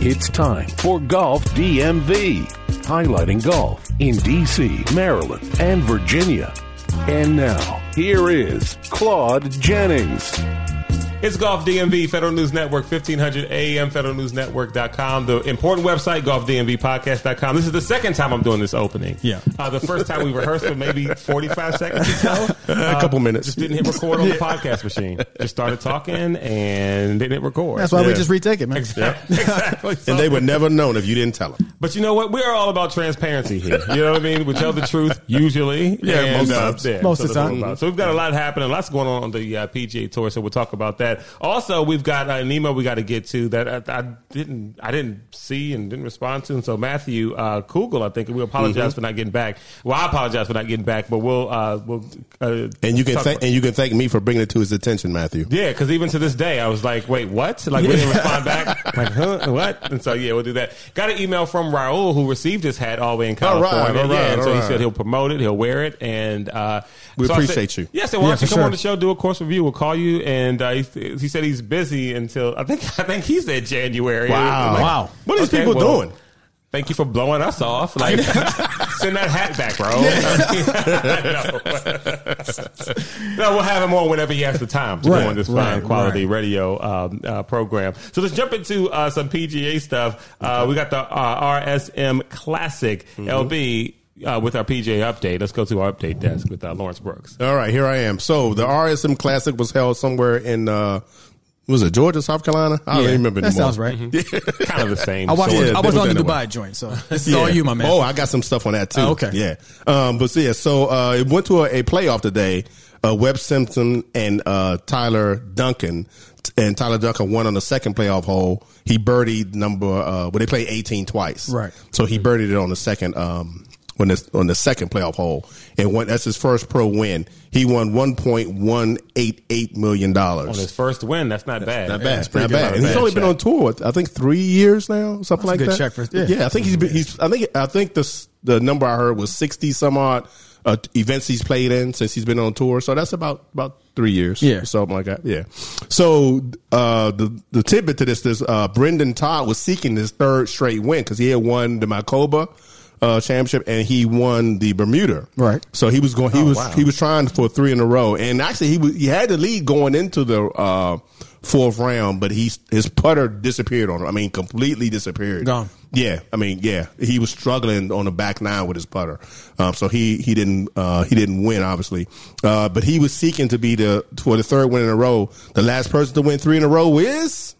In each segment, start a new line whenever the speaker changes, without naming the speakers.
It's time for Golf DMV, highlighting golf in DC, Maryland, and Virginia. And now, here is Claude Jennings.
It's Golf DMV, Federal News Network, 1500 AM, federalnewsnetwork.com, the important website, golfdmvpodcast.com. This is the second time I'm doing this opening.
Yeah.
Uh, the first time we rehearsed for maybe 45 seconds or so. Uh,
A couple minutes.
Just didn't hit record on the podcast machine. Just started talking and didn't hit record.
That's why we
Yeah.
just retake it, man.
Exactly. exactly. So-
And they would never known if you didn't tell them.
but you know what? We're all about transparency here. You know what I mean? We tell the truth usually.
Yeah,
and uh, that's
most times.
it.
Most
So
of
that's
the time.
what it's about. So we've got a lot happening, lots going on on the uh, PGA Tour. So we'll talk about that. Also, we've got uh, an email we got to get to that I, I didn't, I didn't see and didn't respond to. And so Matthew uh, Kugel, I think we
Mm-hmm.
apologize for not getting back. Well, I apologize for not getting back, but we'll, uh, we'll. Uh,
And you can
talk
thank
about-
and you can thank me for bringing it to his attention, Matthew.
yeah, because even to this day, I was like, wait, what? Like, we didn't respond back. Like, huh? What? And so, yeah, we'll do that. Got an email from Raul who received his hat all the way in
All right,
California.
all
yeah,
right,
and so he
all
said
right.
he'll promote it, he'll wear it. And uh,
We
so I said-
appreciate you.
Yeah, so why
Yeah,
don't you
for
come on
sure.
the show, do a course review. We'll call you. And uh, he, he said he's busy until, I think I think he said January.
Wow.
Like,
Wow.
What are these
okay,
people
well,
doing?
Thank you for blowing us off. Like, send that hat back, bro. no. no, we'll have him on whenever he has the time to
Right,
go on this
right,
fine quality radio um, uh, program. So let's jump into uh, some PGA stuff. Uh, we got the uh, RSM Classic LB. Uh, with our PGA update, let's go to our update desk with uh, Lawrence Brooks.
All right, here I am. So the RSM Classic was held somewhere in uh was it Georgia, South Carolina? I don't
Yeah,
even remember.
that
anymore. Mm-hmm.
sounds right.
Kind of the same.
I watched.
Yeah,
I
they
was
were
on the
done that
Dubai
way.
joint, so this is
Yeah.
all you, my man.
Oh, I got some stuff on that too.
Oh, okay.
Yeah. Um, but so, yeah, so uh, it went to a, a playoff today. Uh, Webb Simpson and uh, Tyler Duncan. And Tyler Duncan won on the second playoff hole. He birdied number, uh, well, they played 18 twice.
Right.
So he birdied it on the second, um, when this, on the second playoff hole. And won, that's his first pro win. He won $1.188 million.
on his first win, that's not bad.
Not bad.
pretty
Not
good.
bad. And he's
Bad
only been
check.
on tour, I think, three years now, something like
a good
that.
check for-
yeah.
yeah.
I think he's been. He's. I think. I think the s- the number I heard was sixty some odd uh, events he's played in since he's been on tour. So that's about about three years.
Yeah.
something like that. Yeah. So uh, the the tidbit to this is uh, Brendan Todd was seeking his third straight win because he had won the Macoba. Uh, championship and he won the Bermuda.
Right.
So he was going.
Oh,
He was he was trying for three in a row, and actually he was, he had the lead going into the uh, fourth round, but he his putter disappeared on him. I mean, completely disappeared.
Gone.
Yeah, I mean, yeah, he was struggling on the back nine with his putter, um, so he he didn't uh, he didn't win obviously, uh, but he was seeking to be the for the third win in a row. The last person to win three in a row is.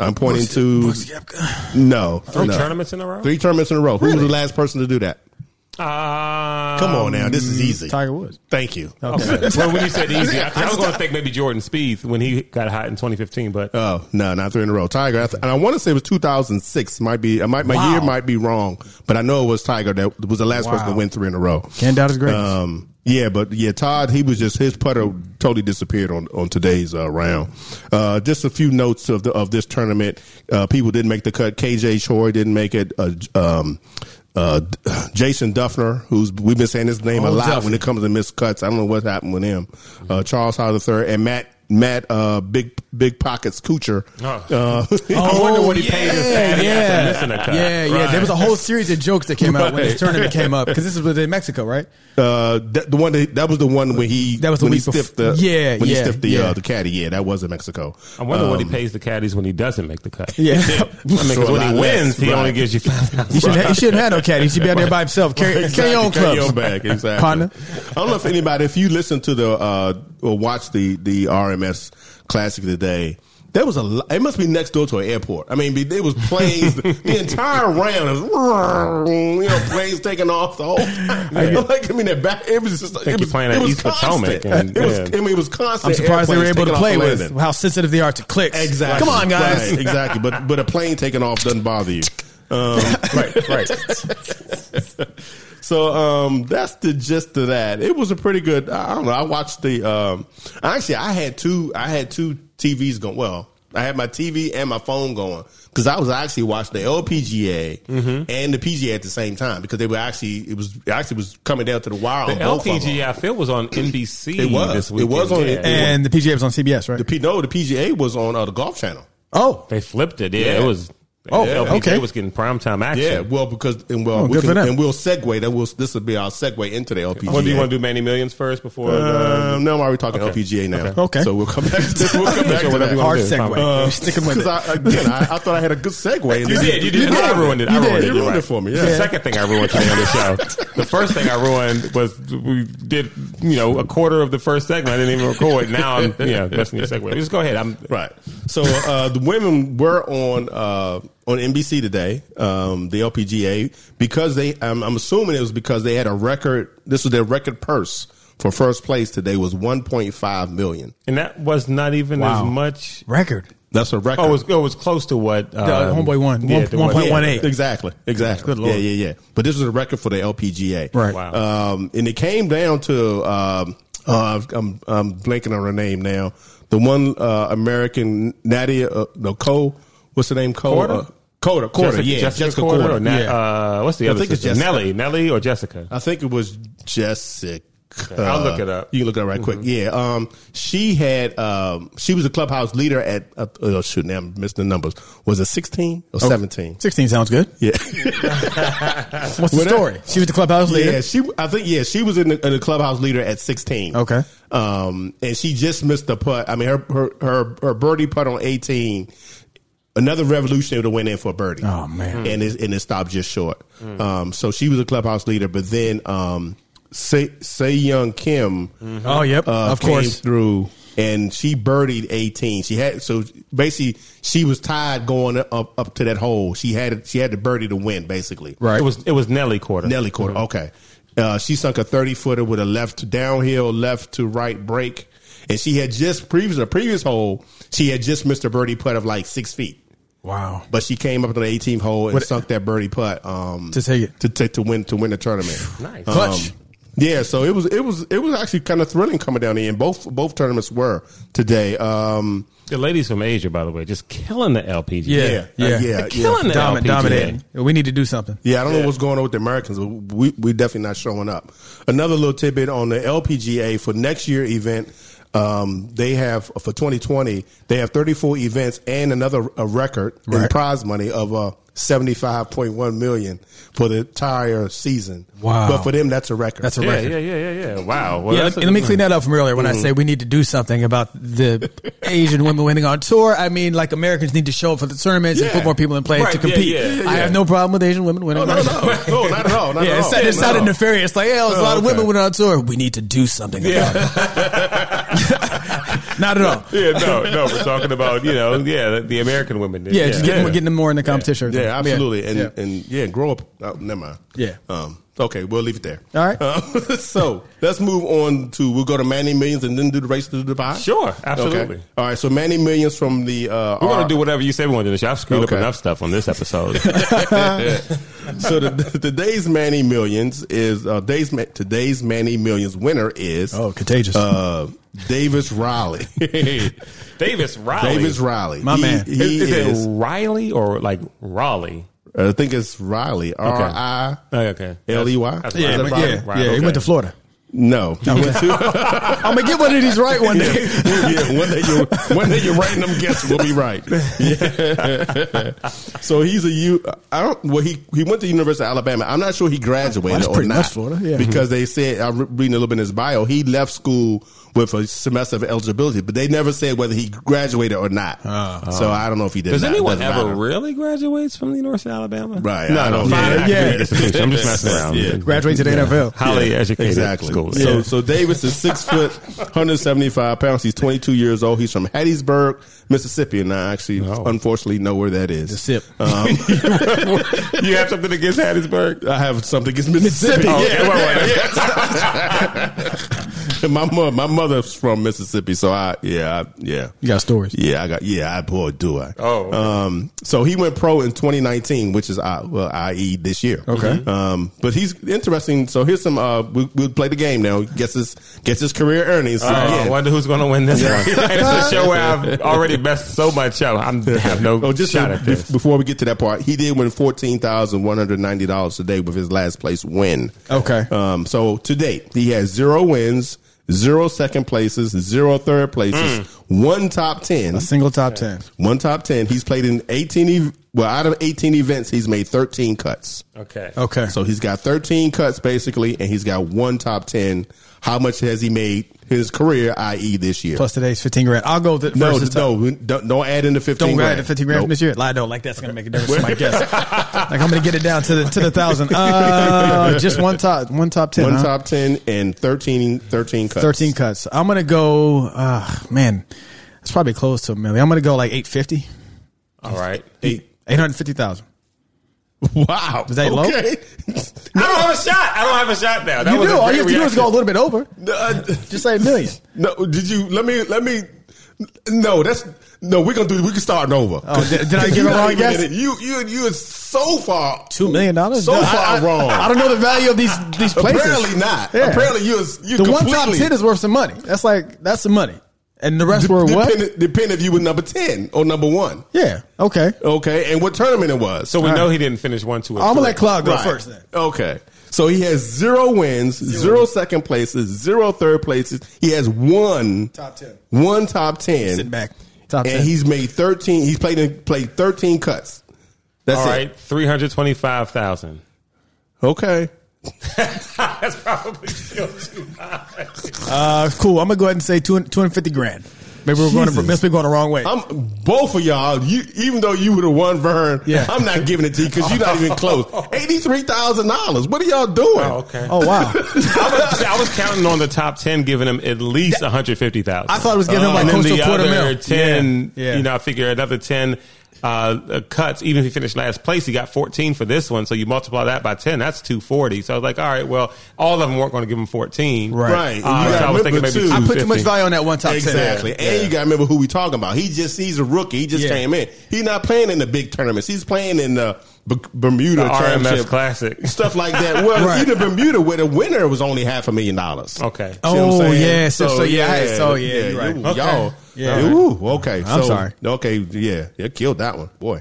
I'm pointing to no
Three
no.
tournaments in a row.
Three tournaments in a row. Who was the last person to do that?
Um,
Come on now, this is easy.
Tiger Woods.
Thank you.
Okay. well, when you said easy, I, I was going to think maybe Jordan Spieth when he got hot in 2015, but
Oh no, not three in a row. Tiger, I th- and I want to say it was 2006. Might be, I might, my
Wow.
year might be wrong, but I know it was Tiger that was the last
Wow.
person to win three in a row.
Can't doubt his greatness.
Um, yeah, but yeah, Todd, he was just his putter totally disappeared on on today's uh, round. Uh, just a few notes of the of this tournament. Uh, people didn't make the cut. KJ Choi didn't make it. Uh, um, uh, Jason Duffner, who's we've been saying his name a
Oh,
lot
Duffner.
when it comes to missed cuts. I don't know what happened with him. Uh, Charles Howard III and Matt Matt uh, Big Big Pockets Coocher.
Oh.
Uh,
I wonder what he paid his caddy after missing a
yeah,
cut.
yeah, yeah.
Right.
There was a whole series of jokes that came out when this tournament came up because this was in Mexico, right?
Uh, that, the one that, that was the one when he
That was the
when he
week bef-
stiffed the
Yeah,
when he
yeah,
stiffed the uh,
yeah.
the caddy yeah that was in Mexico.
I wonder
Um,
what he pays the caddies when he doesn't make the cut.
Yeah.
I mean, 'cause
Sure, a
when
lot
he wins,
less.
he
Right.
only gives you five
He
thousand.
shouldn't, ha- he shouldn't have no caddy. He should be out there by himself. Carry, carry your own
Exactly,
clubs.
your own bag, exactly.
Partner.
I don't know if anybody, if you listen to the uh, or watch the the RMS Classic today, there was a. lo- It must be next door to an airport. I mean, be- they was planes the entire round. It was, you know, planes taking off the whole. Time. Like I mean, that back. It was just.
you're
it was,
playing at
it was
East
constant.
Potomac and-
it was.
yeah.
I mean, it was constant.
I'm surprised they were
airplanes taking off
able to play
and
with
landing.
how sensitive they are to clicks.
Exactly.
Come on, guys.
Right, exactly. But but a plane taking off doesn't bother you. Um, right, right. so um, that's the gist of that. It was a pretty good. I don't know. I watched the. Um, actually, I had two. I had two TVs going. Well, I had my TV and my phone going because I was actually watching the LPGA
Mm-hmm.
and the PGA at the same time because they were actually it was it actually was coming down to the wire
The
on both of them.
LPGA, I feel, was on NBC.
It was.
This
It was
weekend.
on-
Yeah.
And the PGA was on CBS, right?
The P, no, the PGA was on uh, the Golf Channel.
oh,
they flipped it. Yeah,
Yeah.
it was.
Oh,
LPJ
okay.
was getting primetime action.
Yeah, well, because and well,
Oh,
we
good
can,
for them.
and we'll segue. That will this will be our segue into the LPGA.
Well, Oh, do you want to do Manny Millions first before? the-
Um, no, I'm already talking LPGA now.
Okay.
so we'll come back. To, we'll come back
So
to
whatever
that.
you wanna
Hard
do.
segue.
Uh,
Stick 'em with
Because
it.
I, again, I, I thought I had a good segue. and
You
then-
did. You did. I ruined it. I
You did.
ruined it.
You
You're
ruined
right.
it for me.
It's The
Yeah.
second thing I ruined today on the show. The first thing I ruined was we did, you know, a quarter of the first segment. I didn't even record. Now I'm, yeah, messing your segue. Just go ahead. I'm
Right. So uh, the women were on uh, on NBC today, um, the LPGA, because they. I'm, I'm assuming it was because they had a record. This was their record purse for first place today was 1.5 million.
And that was not even
Wow.
as much.
Record.
That's a record.
Oh, it was, it was close to what um,
Homeboy won. One-
the one-
1.1.
Yeah,
1.18.
Exactly. Exactly.
Good Lord.
Yeah, yeah, yeah. But this was a record for the LPGA.
Right.
Wow.
Um, and it came down to um, uh, I'm I'm blanking on her name now. The one uh, American Nadia uh, no Cole. What's her name? Cole.
Corder?
Uh, Corder. Corder.
Jessica,
yeah.
Jessica, Corder. Or Na-
Yeah.
uh, what's the
I
other?
think it's
sister?
Jessica. Uh,
Nelly, Nelly, or Jessica.
I think it was Jessica.
I'll look it up. Mm-hmm.
You can look it up right quick. Yeah. Um, she had, um, she was a clubhouse leader at, uh, oh, shoot, now I'm missing the numbers. Was it 16 or
Oh.
17?
16 sounds good.
Yeah.
What's the
Whatever.
story? She was the clubhouse leader.
Yeah, she. I think yeah, she was in the, in the clubhouse leader at sixteen.
Okay.
um, and she just missed the putt. I mean, her her her, her birdie putt on eighteen. Another revolutionary would have went in for a birdie.
Oh, man.
And it, and it stopped just short. Um, so she was a clubhouse leader, but then um, Se Se Young Kim
Oh, yep.
uh,
of
came
course.
through and she birdied 18 she had so basically she was tied going up up to that hole she had she had to birdie to win basically
Right.
It was it was Nelly Corder.
Nelly quarter.
Mm-hmm.
Okay. Uh, she sunk a 30 footer with a left downhill, left to right break. And she had just previous, the previous hole, she had just missed a birdie putt of like six feet.
Wow.
But she came up to the 18th hole and
What-
sunk that birdie putt um,
To take it.
to, to to win to win the tournament.
Nice.
Um,
Clutch.
yeah, so it was it was it was actually kind of thrilling coming down here, and both both tournaments were today. Um,
The ladies from Asia, by the way, just killing the LPG.
Yeah.
yeah,
Yeah.
uh, yeah,
They're killing
yeah.
it.
Domin-
LPGA.
dominating. We need to do something.
Yeah, I don't know what's going on with the Americans. But we we definitely not showing up. Another little tidbit on the LPGA for next year event. Um, they have for 2020, they have 34 events and another a record in
Right.
prize money of uh, 75.1 million for the entire season.
Wow.
But for them, that's a record.
That's a
Yeah,
record.
yeah, yeah, yeah, yeah. Wow. Well,
yeah,
that's
let,
a-
let me clean that up from earlier when I say we need to do something about the Asian women winning on tour. I mean, like Americans need to show up for the tournaments and
Yeah.
put more people in play
Right,
to
yeah,
compete.
yeah, yeah,
I have no problem with Asian women winning.
Oh, no, no,
on tour.
no, no, not at all. Not
Yeah,
at
it
all.
sounded, it
No.
sounded nefarious. Like, yeah, there's a lot of
okay.
women winning on tour. We need to do something about it. Not at all.
Yeah, no, no. We're talking about you know, yeah, the, the American women.
Yeah, just getting, getting them more in the competition.
Yeah, absolutely. And
Yeah.
and yeah, grow up. Oh, never mind.
Yeah.
Um, okay, we'll leave it there.
All right.
Uh, so let's move on to we'll go to Manny Millions and then do the race to the Dubai.
Sure, absolutely.
Okay. All right. So Manny Millions from the uh,
We're
R-
gonna do whatever you say we want to do. I've screwed
Okay.
up enough stuff on this episode.
so the, today's Manny Millions is uh, today's Ma- today's Manny Millions winner is
Oh, contagious.
uh, Davis Riley.
Davis Riley.
Davis Riley.
My
He-
man.
He
is,
is.
is it Riley or like Raleigh?
I think it's Riley. R I.
Okay.
L.E.Y.?
E That's- that's
Yeah,
Riley.
but
yeah,
Riley,
yeah.
Riley,
He
okay.
went to Florida.
No. He went to-
I'm gonna get one of these right one day.
yeah, one day you one day you're writing them guesses will be right. Yeah. so he's a U. I don't. Well, he he went to the University of Alabama. I'm not sure he graduated
Well, that's
or
pretty
not.
much Florida, yeah.
Because they said I'm re- reading a little bit in his bio. He left school with a semester of eligibility, but they never said whether he graduated or not. so I don't know if he did.
Does
not.
anyone
Doesn't
ever
matter.
really graduates from the University of Alabama?
Right.
No,
I
no.
don't-
fine,
yeah.
academic
Yeah.
institution. I'm just messing around.
Yeah.
Graduate to the NFL.
Highly educated
Exactly.
school.
So
Yeah.
so Davis is six foot, 175 pounds. He's 22 years old. He's from Hattiesburg, Mississippi, and I actually unfortunately know where that is.
Sip.
you have something against Hattiesburg?
Um, I have something against Mississippi.
Oh,
yeah,
okay.
right, right. my mother, my mother's from Mississippi, so I yeah, I, yeah,
you got stories.
yeah. I got yeah. I boy, do I?
Oh, okay.
um. So he went pro in 2019, which is I, well, i.e. this year.
Okay.
Um. But he's interesting. So here's some. Uh. We, we'll play the game now. Gets his gets his career earnings.
Oh, I
again.
wonder who's going to win this one. And it's a show where I've already messed so much up. I'm, I have no
Oh, just
shot
so-
at
bef-
this.
before we get to that part, he did win fourteen thousand one hundred ninety dollars today with his last place win.
Okay.
Um, so to date, he has zero wins, zero second places, zero
Mm.
third places, one top ten,
Single top ten.
one top ten. He's played in eighteen e- well, out of 18 events, he's made 13 cuts.
Okay.
Okay.
So he's got 13 cuts basically, and he's got one top 10. How much has he made his career, i.e., this year?
Plus today's 15 grand. I'll go with it
no,
versus
no, we- don't, don't add in the 15
Don't grab
grand.
the 15 grand
Nope.
this year. Lie, I don't like that's going to make a difference to my guess. like I'm going to get it down to the to the thousand. Uh, just one top one top 10.
One
huh?
top 10 and 13, 13 cuts.
13 Uh-huh. cuts. I'm going to go uh, man. That's probably close to a million. I'm going to go like 850.
All right.
Eight.
850,000.
Wow.
Is that low?
I don't have a shot. I don't have a shot now. That
You
was
do.
A
All
great
you have to do
reaction.
is go a little bit over.
Uh,
Just say a million.
no, did you, let me, let me, no, that's, no, we're going to do, we can start over.
Oh, did, did I give
You're
a
not
wrong
even
guess?
in it. You, you, you are so far,
Two million dollars?
so
No, I-
far
I-
wrong.
I don't know the value of these these places.
Apparently not.
Yeah.
Apparently you, was- you
the one
completely,
top ten is worth some money. That's like that's some money, and the rest were what?
Depend, depend if you were number 10 or number one.
Yeah. Okay.
Okay. And what tournament it was.
So we
All
know
right.
he didn't finish one, two, and
I'm gonna
three.
let Claude go
Right.
first then.
Okay. So he has zero wins, zero second places, zero third places. He has one
Top 10.
One top ten.
Sit back. Top
and
ten.
he's made thirteen. He's played in- played thirteen cuts. That's
All
it.
right. 325,000.
Okay.
That's probably still too high.
Uh, cool. I'm gonna go ahead and say two two hundred fifty grand. Maybe we're going to
Jesus. Oh.
must be going the wrong way.
I'm both of y'all. You even though you would have won Vern,
Yeah.
I'm not giving it to you because you're not even close. Eighty three thousand dollars. What are y'all doing?
Oh, okay.
oh
I,
wow.
was, I was counting on the top 10 giving him at least 150,000.
I thought it was giving him
Uh,
like
and
close
then
to
the
a quarter
other
mil.
Ten,
Yeah. Yeah.
you know, I figure another ten uh, uh, cuts. Even if he finished last place, he got fourteen for this one. So you multiply that by ten, that's two forty. So I was like, all right, well, all of them weren't going to give him fourteen,
Right.
Right.
Uh, so I was thinking maybe
I put too
250.
much value on that one top ten.
Exactly. And you got to remember who we talking about. He just he's a rookie. He just
Yeah.
came in. He's not playing in the big tournaments. He's playing in the B- Bermuda
The RMS
Championship
Classic.
stuff like that. Well,
Right.
even Bermuda, where the winner was only half a million dollars.
Okay.
See what I'm
Oh,
saying?
yeah. So- so, yeah, so, yeah, you're right.
ooh,
Okay.
Y'all.
Yeah.
Ooh, okay. so,
I'm sorry.
Okay. Yeah. They killed that one. Boy.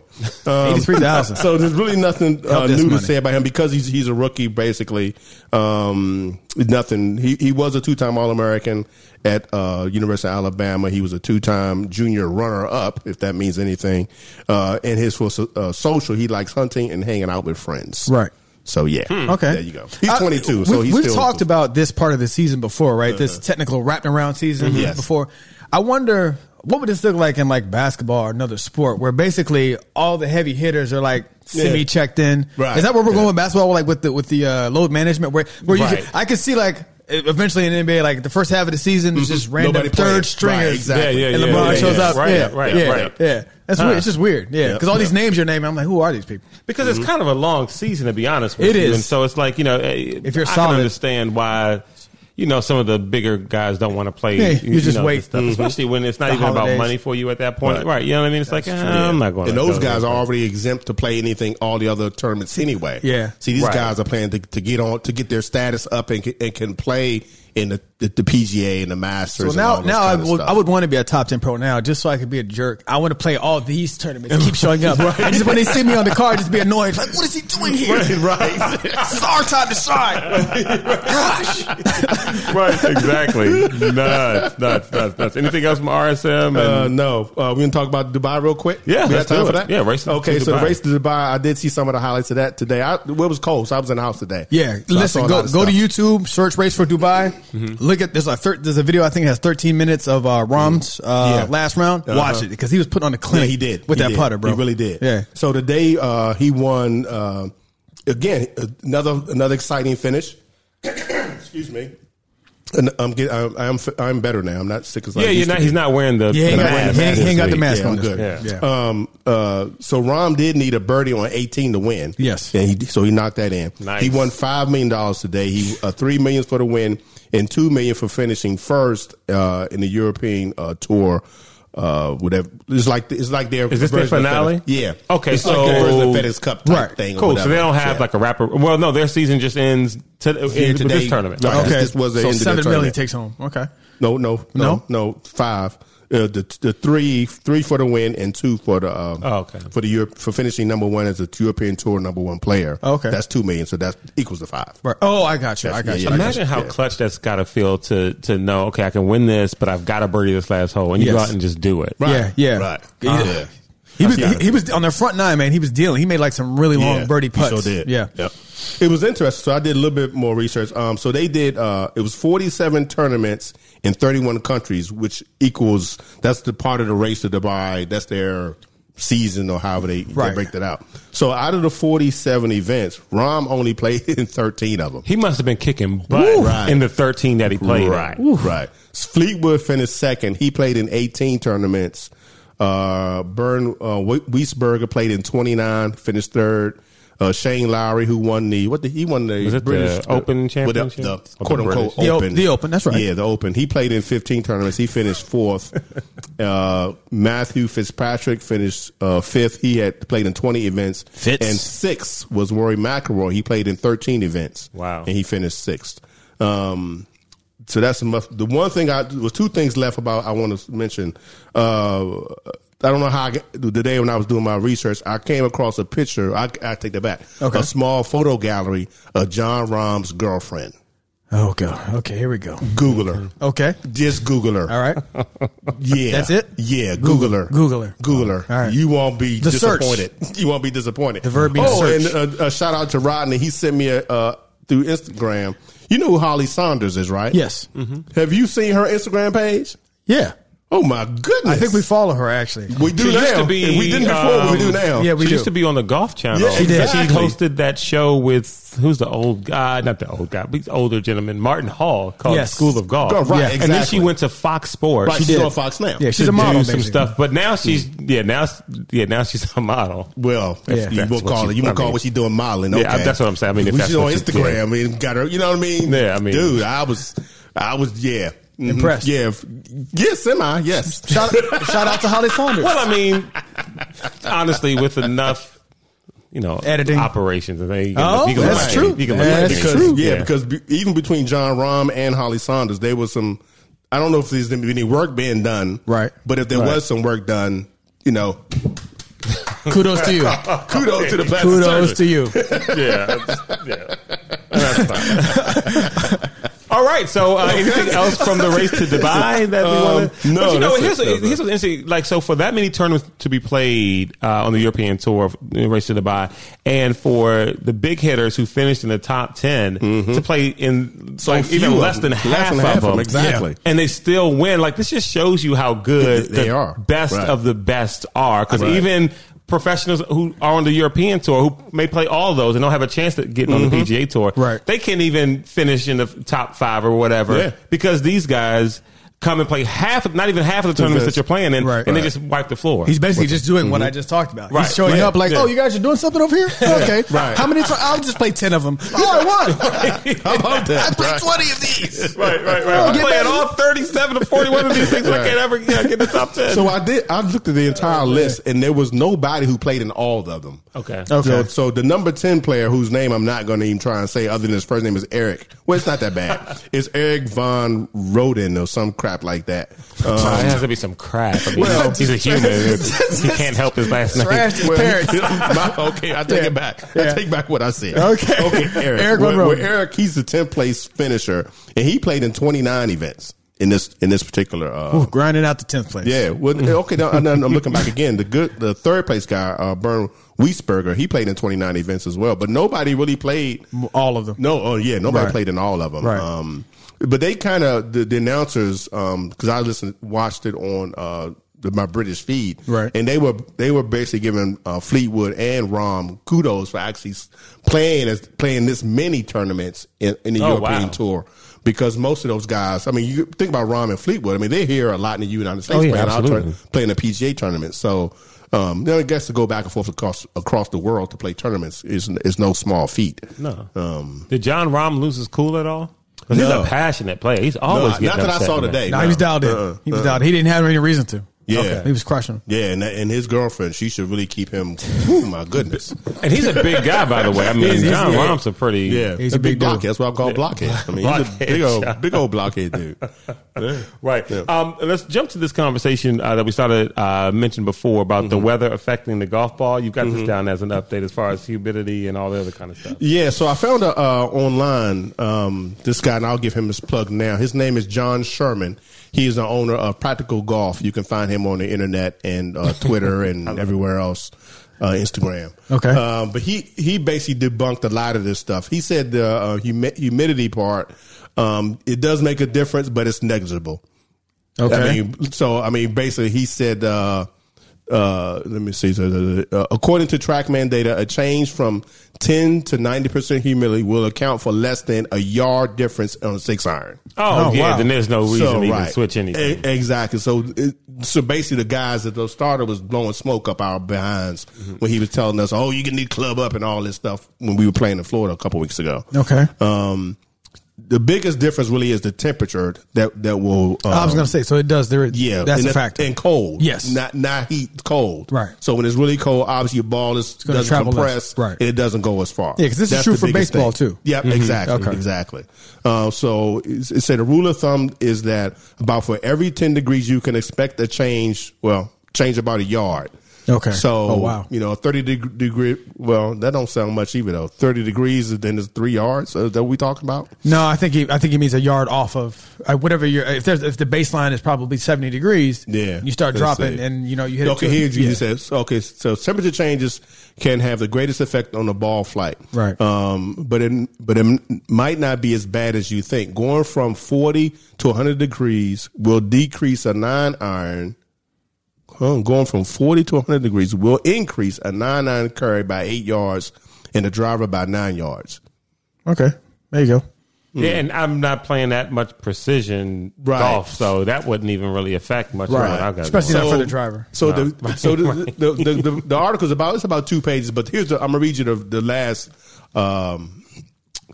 Eighty three thousand.
So there's really nothing uh,
Help this
new to
money.
say about him because he's he's a rookie basically. Um, nothing. He he was a two time All American at uh, University of Alabama. He was a two time junior runner up, if that means anything. Uh, and his for so- uh, social, he likes hunting and hanging out with friends.
Right. Hmm.
So yeah.
Okay.
Hmm. There you go. He's
I-
22.
we've,
so he's
we've
still, Uh-huh.
talked about this part of the season before, right? This technical wrapping around season
Mm-hmm. Yes.
before. I wonder what would this look like in like basketball or another sport where basically all the heavy hitters are like semi checked in.
Right.
Is that where we're
Yeah.
going with basketball? Like with the with the uh, load management, where where you
Right.
could, I could see like eventually in NBA like the first half of the season is just random
Mm-hmm. Nobody
third
playing. Right,
stringers.
exactly.
Yeah, yeah,
And
yeah,
LeBron
yeah,
shows
yeah.
up.
Right,
yeah,
right,
yeah,
right.
yeah. That's
Huh.
weird. It's just weird. Yeah,
Yeah,
because all these names you're naming, I'm like, who are these people?
because it's kind of a long season to be honest with
Mm-hmm. It
you.
is.
And so it's like you know, if
you're
I
solid.
can understand why. You know, some of the bigger guys don't want to play.
Yeah, you just
know,
wait. Mm-hmm.
this stuff, especially when it's not
The
even
holidays.
about money for you at that point,
Right.
right? you know what I mean? It's like eh, I'm not going.
And
to
those
go
guys
there.
are already exempt to play anything, all the other tournaments anyway.
Yeah.
See, these
Right.
guys are playing to, to get on to get their status up and, can- and can play in the, the, the PGA and the Masters.
So
and
now,
all this
now I
kind of
would,
stuff.
I would want to be a top ten pro now, just so I could be a jerk. I want to play all these tournaments, and keep showing up. And just when they see me on the card, just be annoyed. Like, what is he doing here?
Right, right,
This is our time to shine. Gosh,
right, exactly. nuts, nuts, nuts, nuts. Anything else from RSM? And,
Uh, no, uh, we can talk about Dubai real quick.
Yeah,
we got
let's
time
do
for
it.
that.
Yeah, race to
Okay, so the
Dubai.
race to Dubai. I did see some of the highlights of that today. I, well, it was cold, so I was in the house today.
Yeah,
So I saw
listen.
a
Go
lot of
go to
stuff. Mm-hmm.
YouTube, search "Race for Dubai." Look at there's a thir- there's a video I think it has 13 minutes of uh, Rom's uh,
Mm-hmm. Yeah.
last round.
Uh-huh.
Watch it because he was put on the clinic.
Yeah, he did
with
He
that
did.
putter, bro.
He really did.
Yeah.
So today uh, he won uh, again. Another another exciting finish. Excuse me. And I'm get, I'm, I'm I'm better now. I'm not sick as I
yeah,
used
you're
to
not.
be.
He's not wearing the.
Yeah, he
the
ain't got,
mask
he ain't- he ain't got the
this
mask
Yeah,
on.
I'm
this
good.
week. Yeah.
Um, uh, so Rom did need a birdie on 18 to win.
Yes.
and he, so he knocked that in.
Nice.
He won five million dollars today. He uh, three million for the win and two million for finishing first uh, in the European uh, tour. Uh, whatever. It's like it's like their
Is this their
version of
finale?
FedEx- Yeah.
Okay,
It's like their
so-
version of FedEx Cup type
Right.
thing. or
Cool.
whatever.
So they don't have
Yeah.
like a wrapper. Well, no, their season just ends to,
Yeah,
with
today.
this tournament.
Right.
Okay,
This was the
so
end of the
seven million
tournament.
takes home. Okay,
No, no, no, no, five. Uh, the the three three for the win and two for the um,
Oh, okay.
for the Europe for finishing number one as a European Tour number one player.
Okay.
that's two million, so that equals the five.
right. Oh, I got you. I
Yes,
got
yeah,
you.
yeah.
I got you.
Imagine how
Yeah.
clutch that's got to feel to to know. Okay, I can win this, but I've got to birdie this last hole, and you
Yes.
go out and just do it.
Yeah, yeah.
right.
Yeah.
Yeah.
He was,
Yeah.
he, he was on their front nine, man. He was dealing. He made like some really long
Yeah,
birdie
he
putts.
sure did.
Yeah.
Yep. It was interesting. So I did a little bit more research. Um, so they did. Uh, it was forty-seven tournaments in thirty-one countries, which equals that's the part of the race to Dubai. That's their season or however they, they
Right.
break that out. So out of the forty-seven events, Rom only played in thirteen of them.
He must have been kicking butt
Woo. Right.
in the 13 that he played. in.
Right, right. Fleetwood finished second. He played in 18 tournaments. Uh, Bern uh, Wi- Wiesberger played in 29, finished third. Uh, Shane Lowry, who won the what the, he won the
Was it the
British uh,
Open
with
championship?
the,
Or the
quote unquote
British?
The O-
Open,
the Open, that's right.
Yeah, the Open. He played in 15 tournaments. He finished fourth. uh, Matthew Fitzpatrick finished uh, fifth. He had played in 20 events.
Fitz.
and sixth was Rory McIlroy. He played in 13 events.
Wow.
and he finished sixth. Um, so that's the must- the one thing I was two things left about I want to mention. Uh, I don't know how I got, the day when I was doing my research, I came across a picture. I, I take that back.
Okay.
A small photo gallery of John Rahm's girlfriend.
Oh god. Okay, here we go.
Google her.
Okay.
Just Google her.
All right.
Yeah,
That's it?
Yeah, Google her.
Google her.
Google her.
All right.
You won't be
The search.
disappointed. You won't be disappointed. The
verb being
oh,
search.
and uh, a shout out to Rodney. He sent me a uh, through Instagram. You know who Holly Saunders is, right? Mm-hmm.
Yes.
Have you seen her Instagram page?
Yeah.
Oh my goodness!
I think we follow her actually.
we do
She
now.
used to be,
If we didn't before.
um,
we do now.
Yeah, we
she
do.
used to be on the golf channel.
Yeah, she did.
She
Exactly.
hosted that show with who's the old guy? Not the old guy, but he's an older gentleman, Martin Hall, called
Yes.
School of Golf.
Oh, right,
and then she
exactly.
went to Fox Sports.
Right,
to
she's
did.
on Fox now.
Yeah, she's a model.
do some
basically.
stuff, but now she's
Hmm.
yeah now yeah now she's a model.
Well,
Yeah.
you won't
That's
what
call
she-
it. You
I
won't call
mean-
what she doing modeling. Okay.
Yeah, that's what I'm saying. I mean, if
Well,
that's
she's on
what you-
Instagram and got her. You know what I mean?
Yeah, I mean-
dude, I was, I was, yeah, Mhm.
Impressed.
Yeah, f- yes, am I? Yes.
Shout, shout out to Holly Saunders.
Well, I mean, honestly, with enough you know
Editing.
operations, and they, you
Oh,
you
that's
look-
true.
You can look
That's
like
because,
true.
Yeah, because be, even between John Rahm and Holly Saunders, there was some. I don't know if there's any work being done,
Right.
But if there
Right.
was some work done, you know,
Kudos to you.
kudos to the plastic
Kudos to
surgeon.
you.
yeah, yeah. That's fine. All right. So, uh, anything else from the race to Dubai that we
Um,
want to?
no,
but you know,
that's
here's,
it.
what- here's what's interesting. Like, so for that many tournaments to be played uh, on the European tour of the race to Dubai, and for the big hitters who finished in the top 10 to play in
Mm-hmm. So
like
few
even
of
less than
them. Less
half,
than
of
half of them,
them,
exactly.
and they still win. Like, this just shows you how good
They
the
are.
best
Right.
of the best are. Because
Right.
even professionals who are on the European tour who may play all those and don't have a chance at getting
Mm-hmm.
on the PGA tour,
Right.
They can't even finish in the top five or whatever
Yeah.
because these guys come and play half, of- not even half of the tournaments that you're playing in,
Right.
and they
Right.
just wipe the floor.
He's basically just doing
Mm-hmm.
what I just talked about.
Right,
He's showing
right.
up like,
Yeah.
oh, you guys are doing something over here? Okay.
right.
How many times? I'll just play 10 of them. Yeah, I won.
How about that?
I played
Right.
20 of these.
right, right, right.
Oh,
I'm
get
playing
back.
all 37 to 41 of these things. I
Right.
can't ever yeah, get in the top 10.
So I did. I looked at the entire
Oh,
list, and there was nobody who played in all of them.
okay.
So,
Okay.
so the number ten player, whose name I'm not going to even try and say, other than his first name is Eric. Well, it's not that bad. it's Eric von Roden or some crap like that. Um,
Sorry, Uh, it has to be some crap. I mean,
Well,
he's a human. he can't help his last name.
Trash his
Well,
parents.
my- okay, I take
Yeah.
it back.
Yeah.
I take back what I said.
Okay.
okay, Eric.
Eric
Well,
Monroe.
well, Eric, he's the tenth place finisher, and he played in twenty nine events in this in this particular. Uh,
Ooh, grinding out the 10th place.
yeah, well, eh, okay. Now, now I'm looking back again. The good, the third place guy, uh, Bern Wiesberger, he played in 29 events as well, but nobody really played.
All of them.
No, oh yeah, nobody
Right.
played in all of them.
Right.
Um, but they kind of the, the announcers because I listened watched it on uh, the, my British feed,
Right.
And they were they were basically giving uh, Fleetwood and Rom kudos for actually s- playing as playing this many tournaments in, in the
Oh,
European
wow.
tour. Because most of those guys, I mean, you think about Rom and Fleetwood. I mean, they're here a lot in the United States
Oh, yeah,
playing, our
absolutely.
tour- playing the PGA tournament. So, um, you know, I guess to go back and forth across across the world to play tournaments is is no small feat.
No.
Um,
Did John Rahm lose his cool at all? 'Cause he's
No.
a passionate player. He's always
No,
getting
not that I
upset
saw
with
today.
No, he was dialed in.
Uh-uh.
He was dialed. He didn't have any reason to.
Yeah.
He was crushing them.
Yeah, and, and his girlfriend, she should really keep him. Oh my goodness!
And he's a big guy, by the way. I mean,
He's- he's-
John
yeah.
Rahm's a pretty
Yeah,
He's a big dude.
blockhead. That's why I call blockhead. I mean, he's a
Blockhead,
big
John.
old, big old blockhead dude.
Right.
Yeah.
Um, let's jump to this conversation uh, that we started uh, mentioned before about the weather affecting the golf ball. You've got this down as an update as far as humidity and all the other kind of stuff.
Yeah, so I found a, uh, online um, this guy, and I'll give him his plug now. His name is John Sherman. He is the owner of Practical Golf. You can find him on the internet and uh, Twitter and everywhere else, uh, Instagram.
Okay.
Um, but he he basically debunked a lot of this stuff. He said the uh, humi- humidity part um, it does make a difference, but it's negligible.
Okay.
I mean, so I mean, basically, he said, uh, uh, let me see. So, uh, according to TrackMan data, a change from ten to ninety percent humidity will account for less than a yard difference on a six iron.
Oh,
Oh,
yeah,
wow.
then there's no reason
So,
to even
right.
switch anything.
E- exactly. So, it, so basically, the guys that the starter was blowing smoke up our behinds
Mm-hmm.
when he was telling us, "Oh, you can need club up and all this stuff" when we were playing in Florida a couple weeks ago.
okay.
Um, the biggest difference really is the temperature that that will. Um,
I was gonna say, so it does. There, yeah,
yeah,
that's
and
a factor.
And cold,
Yes.
not not heat, cold,
Right.
So when it's really cold, obviously your ball is
gonna
doesn't
travel less,
compress,
right.
and it doesn't go as far.
Yeah, 'cause this is
That's
true
the
for
biggest
baseball,
thing.
too. Mm-hmm.
Yep, exactly,
Okay.
exactly. Uh, so it's- it said a rule of thumb is that about for every ten degrees you can expect a change. Well, change about a yard.
Okay.
So
Oh, wow.
you know, thirty deg- degree. Well, that don't sound much either though. Thirty degrees, then it's three yards. Uh, that we talking about?
no, I think he, I think he means a yard off of uh, whatever your. If there's, if the baseline is probably seventy degrees,
Yeah,
you start
let's
dropping,
see.
and you know you hit.
okay,
it to-
here you
yeah.
says okay. So temperature changes can have the greatest effect on the ball flight,
Right.
Um, but it but it might not be as bad as you think. Going from forty to hundred degrees will decrease a nine iron. Huh, going from forty to hundred degrees will increase a nine iron carry by eight yards and the driver by nine yards.
Okay, there you go.
Yeah, and I'm not playing that much precision
Right.
golf, so that wouldn't even really affect much. of
Right.
what I got
Especially
going.
not for the driver.
So the so the the, the, the, the article's about it's about two pages, but here's the, I'm gonna read you the, the last um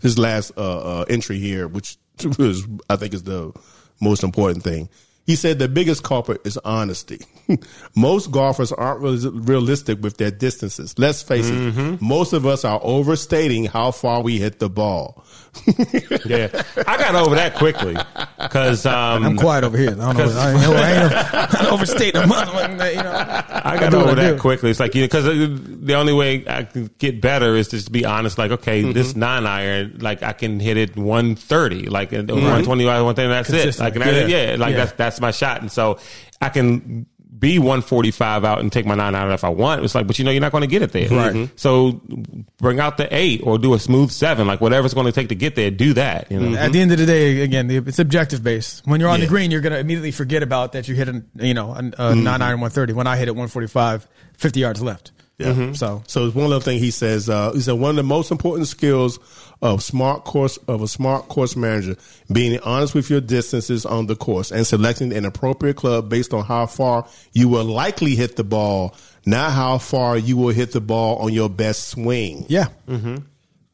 his last uh, uh entry here, which is I think is the most important thing. He said the biggest culprit is honesty. most golfers aren't real- realistic with their distances. Let's face it, most of us are overstating how far we hit the ball.
yeah, I got over that quickly because um,
Mm.
I'm quiet over here. I don't know. I ain't, I ain't, I ain't overstating the month. You know.
I
I
got
do what
over
I
that
do.
quickly. It's like you because the only way I can get better is just to be honest. Like, okay,
Mm-hmm.
this nine iron, like I can hit it one thirty, like one twenty, one thirty. That's it.
Mm-hmm.
Like,
Consistent.
and I,
Yeah.
yeah, like
Yeah.
that's that's my shot. And so I can be one forty five out and take my nine iron if I want. It's like, but you know, you're not going to get it there. Mm-hmm.
Right. Mhm.
So bring out the eight or do a smooth seven, like whatever it's going to take to get there. Do that. You know.
At the end of the day, again, the- it's objective based. When you're
Mm-hmm.
on
Yeah. Mm-hmm.
the green, you're gonna immediately forget about that you hit a you know a, a nine iron one thirty. When I hit it 145, 50 yards left. Yeah.
Mm-hmm.
So
So it's one little thing he says. Uh, he said one of the most important skills of smart course of a smart course manager being honest with your distances on the course and selecting an appropriate club based on how far you will likely hit the ball, not how far you will hit the ball on your best swing.
yeah,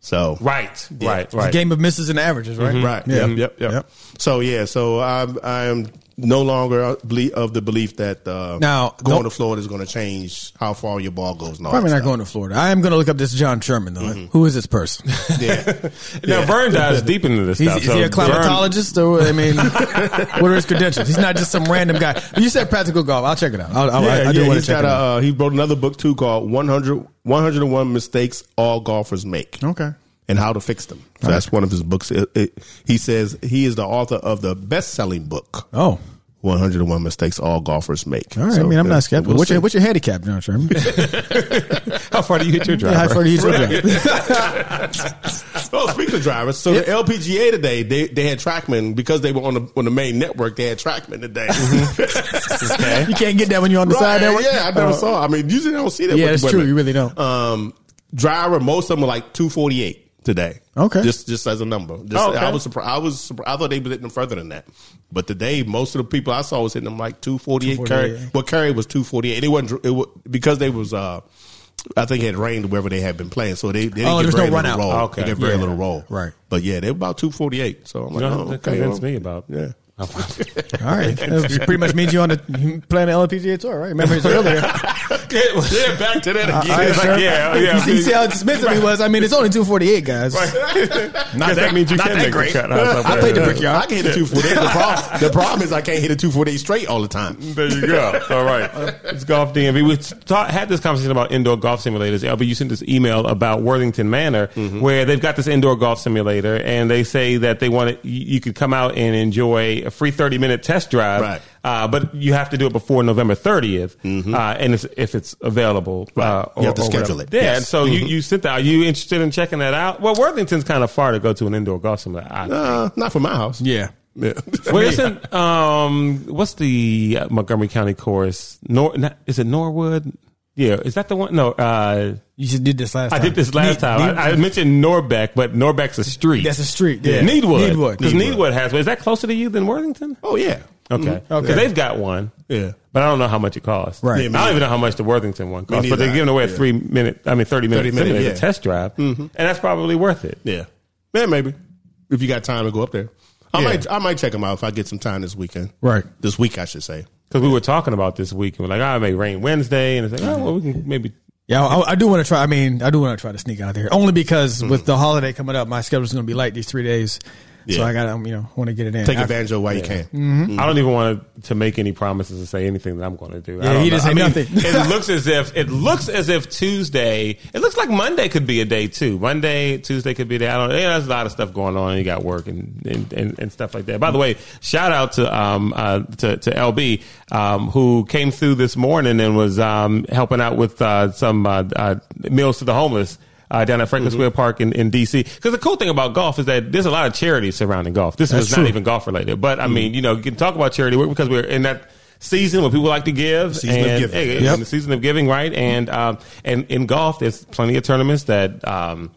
So
Right. Right.
the
Right.
game of misses and averages, right?
Mm-hmm. Right.
Yeah. Mm-hmm.
Yep, yep. Yep.
Yep.
So yeah. So I'm I'm no longer ble- of the belief that uh,
Now,
going
don't-
to Florida is going to change how far your ball goes. and all
Probably
that
not going to Florida. I am going to look up this John Sherman though.
Mm-hmm.
Who is this person?
stuff. Yeah.
Now Vern dives deep into this
He's,
stuff.
is
so
he a
Vern-
climatologist or what- I mean, what are his credentials? He's not just some random guy. You said practical golf. I'll check it out. I'll, I'll,
Yeah,
I, I do
yeah,
want
he's
to check
got
it
a,
out.
uh, he wrote another book too called 100, 101 Mistakes All Golfers Make
Okay.
and How to Fix Them. So that's one of his books. It- it- he says he is the author of the best selling book,
Oh,
101 Mistakes All Golfers Make.
all right. I
So
mean, I'm
we'll
not skeptical. what's,
see.
your, what's your handicap, John Sherman?
How far do you hit your driver?
How far do you throw that?
oh, speaking of drivers, so the LPGA today, they, they had Trackman because they were on the on the main network, they had Trackman today.
Mm-hmm.
Eh?
okay.
You can't get that when you're on the side. That
Right,
one?
yeah, I never
Uh,
saw. I mean, usually I don't see that.
Yeah,
with
it's
women.
true. You really don't.
Um, driver, most of them are like two forty eight today.
Okay.
just just as a number. Just,
Oh, okay.
I was surprised. I was surprised. I thought they were hitting them further than that. But today, most of the people I saw was hitting them like two forty eight. Curry,
248.
well, Curry was two forty eight. It wasn't it was, because they was. uh I think it had rained wherever they had been playing, so they, they didn't
Oh,
get
there's
very
no run
little
out.
roll.
Okay.
They get very
Yeah.
little roll.
Right.
But yeah, they're about two forty eight. So I'm
You
like,
don't
oh,
have to
okay.
convince
well,
me about.
Yeah.
All right. That pretty much means you on the you playing the LPGA tour, right? Remember it's earlier.
yeah, back to that again.
All right,
It's like,
sir.
yeah,
You
yeah.
see, you see how dismissive he was? I mean, it's only 248, guys.
Not that means you
not
can
that
make
great.
a cut. I, was like,
I played the
yeah.
brickyard.
I can hit a two forty eight. The problem, the problem is I can't hit a two forty eight straight all the time.
There you go. All right, it's golf DMV. We ta- had this conversation about indoor golf simulators. Elby, you sent this email about Worthington Manor,
Mm-hmm.
where they've got this indoor golf simulator, and they say that they want it, you you could come out and enjoy a free 30 minute test drive.
Right. Mm-hmm.
Uh, but you have to do it before November 30th, uh, and it's, if it's available, uh,
You have to schedule
whatever.
it.
Yeah,
Yes. Mm-hmm.
and so you, you sent that. Are you interested in checking that out? Well, Worthington's kind of far to go to an indoor golf simulator. I-
Uh, not for my house.
Yeah.
Yeah.
well, isn't um, what's the uh, Montgomery County chorus? Nor not- is it Norwood? Yeah, is that the one? No, uh,
You should did this last
I
time.
did this last
Need-
time.
need-
I, I mentioned Norbeck, but Norbeck's a street.
that's a street.
Yeah.
Yeah.
Needwood.
Needwood. Mm-hmm.
Because Needwood. has one. Is that closer to you than Worthington?
oh yeah.
Um,
Okay. Because
Okay.
they've got one.
Yeah.
But I don't know how much it costs.
Right.
I
Yeah,
me
don't even know how much the Worthington one costs. But
neither.
they're giving away a
Yeah.
three minute, I mean, 30 minute,
30 minute,
simulator
yeah.
test drive.
Mm-hmm.
And that's probably worth it.
Yeah. Man, maybe if you got time to go up there, I
Yeah.
might I might check them out if I get some time this weekend.
Right.
This week, I should say.
Because we were talking about this week and we're like, oh, it may rain Wednesday. And it's like, oh, well, we can maybe.
Yeah, I, I do want to try. I mean, I do want to try to sneak out there only because
Hmm.
with the holiday coming up, my schedule's going to be light these three days. So
Yeah.
I got to, you know, want to get it in.
Take
I- Mm.
advantage of it while you can.
I don't even want to make any promises or say anything that I'm going to do. I
Yeah,
don't know.
he didn't say
I mean,
nothing.
it looks as if it looks as if Tuesday. It looks like Monday could be a day too. Monday, Tuesday could be a day. I don't. You know, there's a lot of stuff going on. You got work and and, and, and stuff like that. By the way, shout out to um uh, to to LB um who came through this morning and was um helping out with uh, some uh, uh, meals to the homeless. Uh, down at
Mm-hmm.
Franklin Square Park in, in DC. Because the cool thing about golf is that there's a lot of charities surrounding golf. This
That's
is not
true.
even golf related, but I
Mm-hmm.
mean, you know, you can talk about charity work because we're in that season where people like to give
Season of
and,
giving.
hey,
Yep.
in the season of giving, right? And um, and in golf, there's plenty of tournaments that um,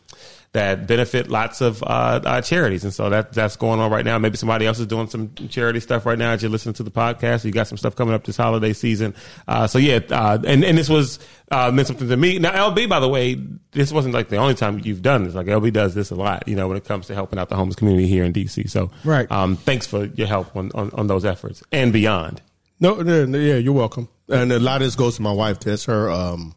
that benefit lots of uh, uh, charities, and so that that's going on right now. Maybe somebody else is doing some charity stuff right now. As you're listening to the podcast, you got some stuff coming up this holiday season. Uh, so yeah, uh, and and this was uh, meant something to me. Now, LB, by the way, this wasn't like the only time you've done this. Like LB does this a lot, you know, when it comes to helping out the homeless community here in DC. So
Right.
um, thanks for your help on, on on those efforts and beyond.
No, no, no, yeah, you're welcome. And a lot of this goes to my wife. That's her. Um,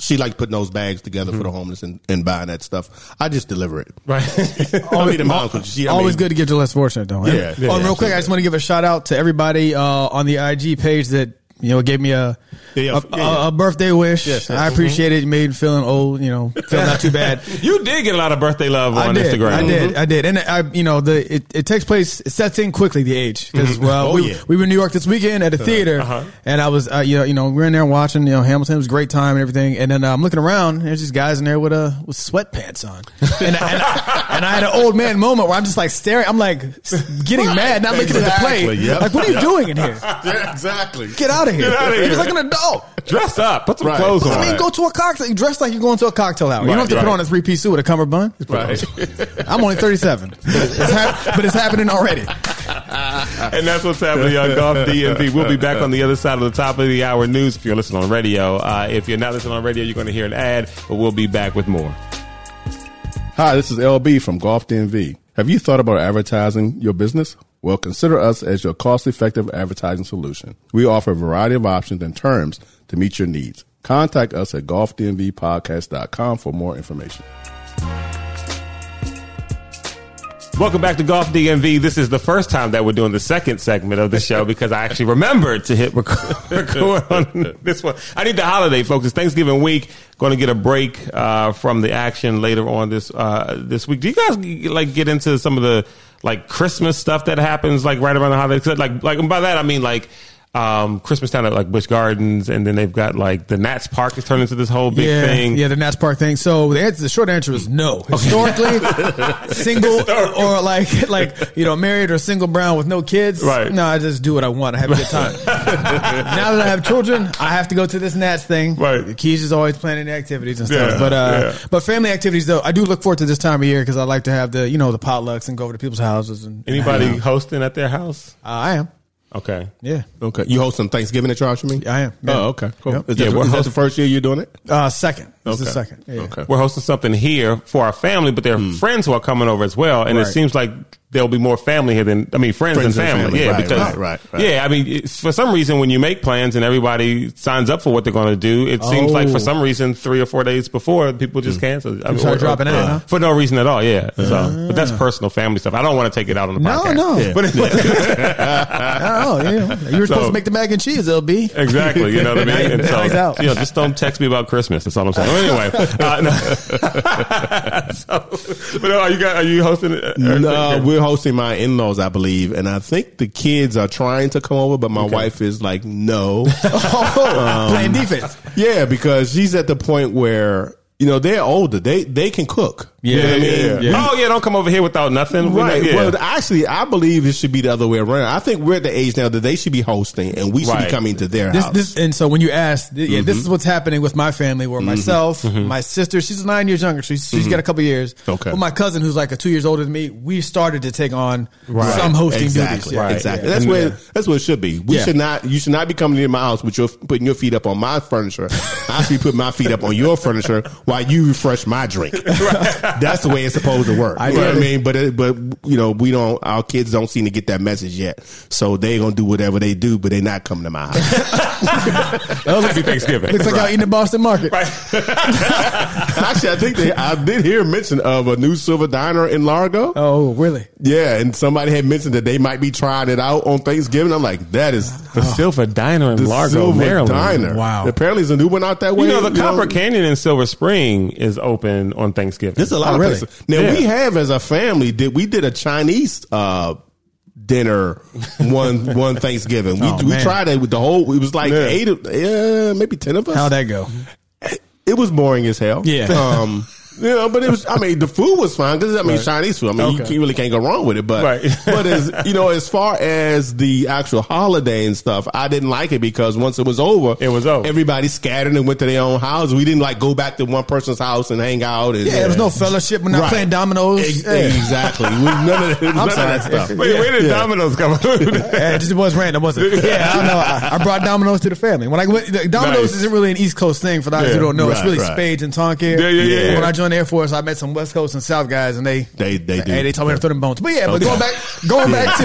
she likes putting those bags together for the
Mm-hmm.
homeless and, and buying that stuff. I just deliver it.
Right.
I mean, the mom, 'cause she, I
Always
mean,
good to give to less fortunate, though.
Yeah, yeah,
oh, and real quick,
absolutely.
I just want to give a shout out to everybody uh, on the IG page that you know gave me a
Yeah,
a,
yeah, yeah.
a- a birthday wish.
Yes, Mm-hmm. yes.
I appreciate it. You made me feeling old. You know, feeling not too bad.
You did get a lot of birthday love
I
on
did,
Instagram. Mm-hmm.
I did. I did. And I, you know, the it, it takes place. It sets in quickly. The age because
Mm-hmm.
well,
Oh,
we,
yeah.
we were in New York this weekend at a
Uh-huh.
theater, and I was uh, you know you know we we're in there watching you know Hamilton it was a great time and everything. And then uh, I'm looking around. There's these guys in there with a with sweatpants on, and, I- and, I, and I had an old man moment where I'm just like staring. I'm like s- getting mad, not looking at the
Exactly,
play.
yep.
Like what are you doing in here?
Yeah, exactly.
Get out of here!
Get outta
It was
here.
like an adult.
Dress up. Put some
Right.
clothes on.
I mean, go to a cocktail. You dress like you're going to a cocktail hour. you
Right,
don't have to
right.
put on a three piece suit with a cummerbund.
Right.
I'm only 37, but it's, hap- but it's happening already.
and that's what's happening on Golf DMV. We'll be back on the other side of the top of the hour news if you're listening on radio. Uh, if you're not listening on radio, you're going to hear an ad, but we'll be back with more.
Hi, this is LB from Golf DMV. Have you thought about advertising your business? Well, consider us as your cost effective advertising solution. We offer a variety of options and terms to meet your needs. Contact us at golfdmvpodcast.com for more information.
Welcome back to Golf DMV. This is the first time that we're doing the second segment of the show because I actually remembered to hit record, record on this one. I need the holiday, folks. It's Thanksgiving week. Going to get a break uh, from the action later on this uh, this week. Do you guys like get into some of the like Christmas stuff that happens like right around the holidays? 'Cause, Like like and by that I mean like. Um, Christmas time at like Busch Gardens, and then they've got like the Nats Park is turned into this whole big
yeah,
thing.
yeah, the Nats Park thing. So the, answer, the short answer is no. Historically, single or like like you know married or single brown with no kids.
Right.
No, I just do what I want. I have a good time. now that I have children, I have to go to this Nats thing.
Right.
Keys is always planning the activities and stuff.
Yeah,
but uh,
yeah.
but family activities though, I do look forward to this time of year because I like to have the you know the potlucks and go over to people's houses and
Anybody hosting at their house?
Uh, I am.
Okay.
Yeah.
Okay. You host some Thanksgiving at your house, you mean?
I am. Yeah.
Oh, okay. Cool.
Yep.
Is, that,
Yeah, we're
is that
host-
the first year you're doing it?
Uh, second. This is
Okay.
second. Yeah.
Okay. Hmm.
we're hosting something here for our family, but there are friends who are coming over as well. And it
Right.
seems like there'll be more family here than I mean friends,
Friends
and
and
family.
family.
Yeah,
Right,
because
right, right, right.
yeah, I mean it's, for some reason when you make plans and everybody signs up for what they're going to do, it seems like for
Oh.
some reason three or four days before people just
Hmm.
cancel. I mean,
start dropping out, huh?
for no reason at all. Yeah, so but that's
Ah.
personal family stuff. I don't want to take it out on the
No,
podcast.
no.
Yeah. but
Oh, yeah. You were supposed to make the mac and cheese, LB.
Exactly. You know what I mean? And so,
He's out.
you know, just don't text me about Christmas. That's all I'm saying. anyway, uh, no. so, but uh, are you guys, are you hosting? it? Uh, Or-
No, we're hosting my in laws, I believe, and I think the kids are trying to come over, but my wife is like, no. Um,
Playing defense.
yeah, because she's at the point where you know they're older; they they can cook. You know what I mean?
yeah, yeah.
Oh yeah, don't come over here without nothing. We
Right.
know- yeah.
Well, actually, I believe it should be the other way around. I think we're at the age now that they should be hosting, and we should
Right.
be coming to their
This,
house.
this, and so when you ask, th- yeah, this
Mm-hmm.
is what's happening with my family, where myself, my sister, she's nine years younger, she's, she's got a couple years.
Mm-hmm. Okay.
But my cousin, who's like a two years older than me, we started to take on some hosting
exactly,
duties. Yeah,
Right.
yeah,
Exactly.
yeah.
That's
And-
where that's what it should be. We
Yeah.
should not. You should not be coming into my house with your putting your feet up on my furniture. I should be putting my feet up on your furniture while you refresh my drink. That's the way it's supposed to work.
I
you know what I
did.
mean? But it, but you know we don't. Our kids don't seem to get that message yet. So they gonna do whatever they do, but they not coming to my house.
Happy Thanksgiving.
Looks like y'all eating at Boston Market.
Actually, I think they. I did hear mention of a new silver diner in Largo.
Oh, really?
Yeah, and somebody had mentioned that they might be trying it out on Thanksgiving. I'm like, that is
The Silver Diner in
Oh. the
Largo,
Silver
Maryland.
Diner.
Wow.
Apparently, there's a new one out that way.
You know, the Copper
know?
Canyon in Silver Spring is open on Thanksgiving.
There's a lot
Oh,
of
really?
places. Now
Yeah.
we have as a family did we did a Chinese uh, dinner one one Thanksgiving. We,
Oh,
we
man.
tried it with the whole. It was like
Yeah.
eight, of, yeah, maybe ten of us.
How'd that go?
it was boring as hell.
Yeah.
Um, you know, but it was. I mean, the food was fine because I mean, Chinese food. I mean,
Okay.
you, you really can't go wrong with it. But
Right.
but as you know, as far as the actual holiday and stuff, I didn't like it because once it was over,
It was over.
Everybody scattered and went to their own house. We din't like go back to one person's house and hang out. And,
Yeah, there was no fellowship. We're not
Right.
playing dominoes.
Ex-
Yeah.
Exactly. We- none of, that- none of that
sorry.
stuff.
Wait, where did Domino's come from?
Yeah, it just was random, wasn't it? Yeah, I don't know. I, I brought Domino's to the family. When I went, the- Domino's
Nice.
isn't really an East Coast thing for those
Yeah,
who don't know. it's
right,
really
right.
Spades and Tonkin.
Yeah, yeah, yeah, yeah.
When I joined the Air Force, I met some West Coast and South guys, and they
They- they do.
hey, they told me to throw them bones. But yeah, but
Okay.
going back, going back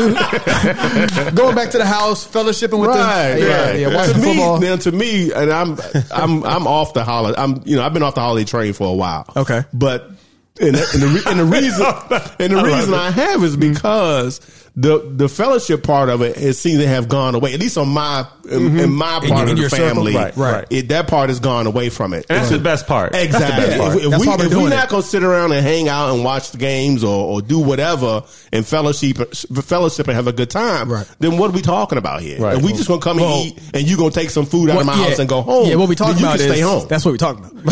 to going back to the house, fellowshipping with
Right,
them, yeah,
right.
yeah, watching
to me,
football.
Now, to me, and I'm, I'm, I'm off the holiday. I'm, you know, I've been off the holiday train for a while.
Okay.
but and, the- and, the, re- and the reason, and the reason I have is
Mm-hmm.
because the the fellowship part of it, it seems to have gone away. At least on my in, in my part
your-
of
Mm-hmm. in
the
your circle,
family,
right, right.
It, that part has gone away from it.
That's the best part.
Exactly.
That's the best part.
If, if
That's
we,
why we're
if we
doing
not
it.
gonna sit around and hang out and watch the games or, or do whatever and fellowship fellowship and have a good time,
Right.
then what are we talking about here?
Right.
And we just gonna come and
Well-
eat and you gonna take some food out of my
yeah,
house and go home.
Yeah, what we talking
then you
about
can
is
stay home.
that's what we talking about.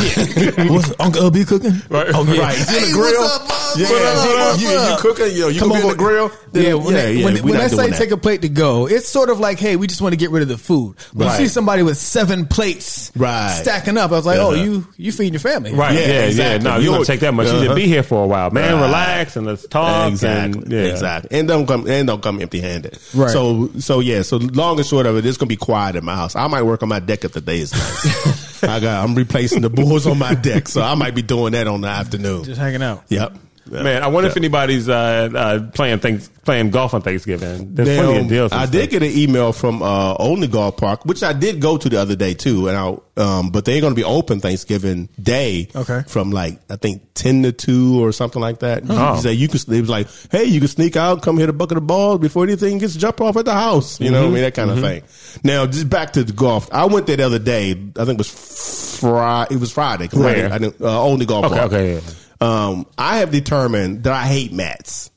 What's Uncle LB cooking?
Right.
Oh yeah,
right. You in
Hey,
the grill?
what's up, Mom?
yeah,
What up,
you-
what's
you, you
up?
cooking? You, know, you
Come
come over the
over.
grill? Then-
yeah, when, they, when,
we
when
not
I say
doing that.
take a plate to go, it's sort of like, hey, we just want to get rid of the food. When
Right.
you see somebody with seven plates
Right.
stacking up, I was like, oh,
Uh-huh.
you you feeding your family,
Right.
Yeah,
Yeah. Yeah.
exactly.
No, you
You
don't
would-
take that much. You should
Uh-huh.
be here for a while, man.
Right.
Relax and let's talk.
Exactly.
And, yeah.
Exactly. And don't come and don't come empty handed.
Right.
So so yeah, so long and short of it, it's gonna be quiet in my house. I might work on my deck if the day is nice. I got I'm replacing the boards on my deck, so I might be doing that on the afternoon.
Just hanging out.
yep.
Man, I wonder if anybody's uh, uh, playing things, playing golf on Thanksgiving. There's
Now,
plenty of deals. and
I did
stuff.
get an email from uh, Only Golf Park, which I did go to the other day too, and I um, but they're going to be open Thanksgiving Day,
Okay.
from like I think ten to two or something like that.
Oh.
He said you can. They was like, hey, you can sneak out, come hit a bucket of balls before anything gets jumped off at the house. You know
Mm-hmm.
what I mean? That kind of thing. Now just back to the golf. I went there the other day. I think it was Friday. It was Friday. 'cause I
Where?
didn't- I didn't- uh, Only Golf
Okay,
Park.
okay, yeah.
Um, I have determined that I hate mats.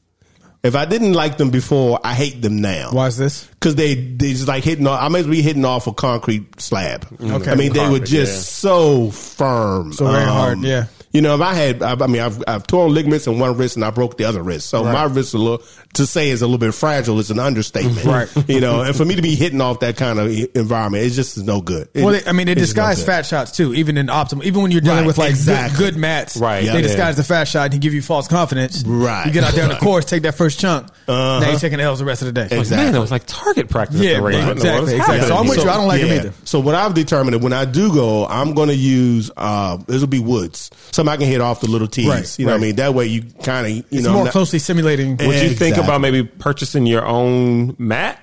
If I didn't like them before, I hate them now.
Why is this?
Because they they just like hitting. Off, I may be hitting off a concrete slab.
Okay.
I mean they were
Concrete,
just
yeah.
so firm,
Mm-hmm.
Um,
So very hard, yeah.
You know, if I had, I, I mean, I've, I've torn ligaments in one wrist and I broke the other wrist. So my wrist a little to say is a little bit fragile is an understatement,
Right.
You know, and for me to be hitting off that kind of environment, it's just no good. It-
Well, they, I mean, they
it's just no
disguise
good.
fat shots too, even in optimal. Even when you're dealing
Right,
with like
exactly.
good, good mats,
Right,
They
yeah.
disguise the fat shot and give you false confidence.
Right. Uh-huh.
You get out there on the course, take that first chunk. Now you're taking L's the rest of the day.
Exactly.
Man, it was like target practice.
Yeah,
arena. What in the world is
exactly, exactly.
happening?
So I'm with
So-
you. I don't like 'em either.
So what I've determined that when I do go, I'm going to use uh, this will be woods, something I can hit off the little tees.
Right,
you know what
right.
I mean? That way you kind of you
It's
know
more
not-
closely simulating.
Would you think
Exactly.
about maybe purchasing your own mat?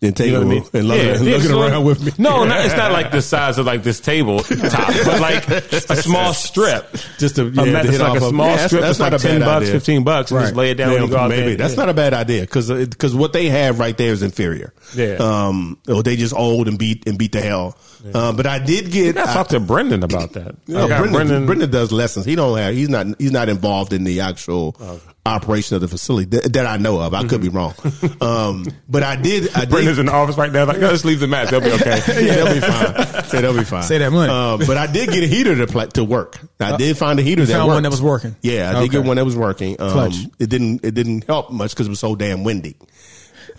and take
You know
a
what I mean?
look and look,
Yeah,
and
yeah,
looking
so-
around with me.
No, not, it's not like the size of like this table top, but like a small strip.
Just to, yeah,
Um,
to
that's
hit
like
off
a
of-
small
Yeah, that's-
strip. That's,
that's not
like
a bad
ten bucks,
idea.
fifteen bucks, and
Right.
just lay it down when you
Damn,
go out
maybe
there.
that's not a bad idea because because what they have right there is inferior.
Yeah.
Um. Or they just old and beat and beat the hell. Uh, but I did get.
I
I-
talked to Brendan about that.
No,
I got
Brendan, Brendan, does lessons. He don't have. He's not. He's not involved in the actual operation of the facility that, that I know of. I could be wrong, um, but I did. I did
Brendan's in the office right now. Like, no, just leave the mat. They'll be okay.
yeah, they'll be fine. Say they'll be fine.
Say that money. Uh,
Um, but I did get a heater to pla to work. I did find a heater that
found
worked.
one that was working.
Yeah, I did get
Okay.
one that was working. Um,
Clutch.
It didn't. It didn't help much because it was so damn windy.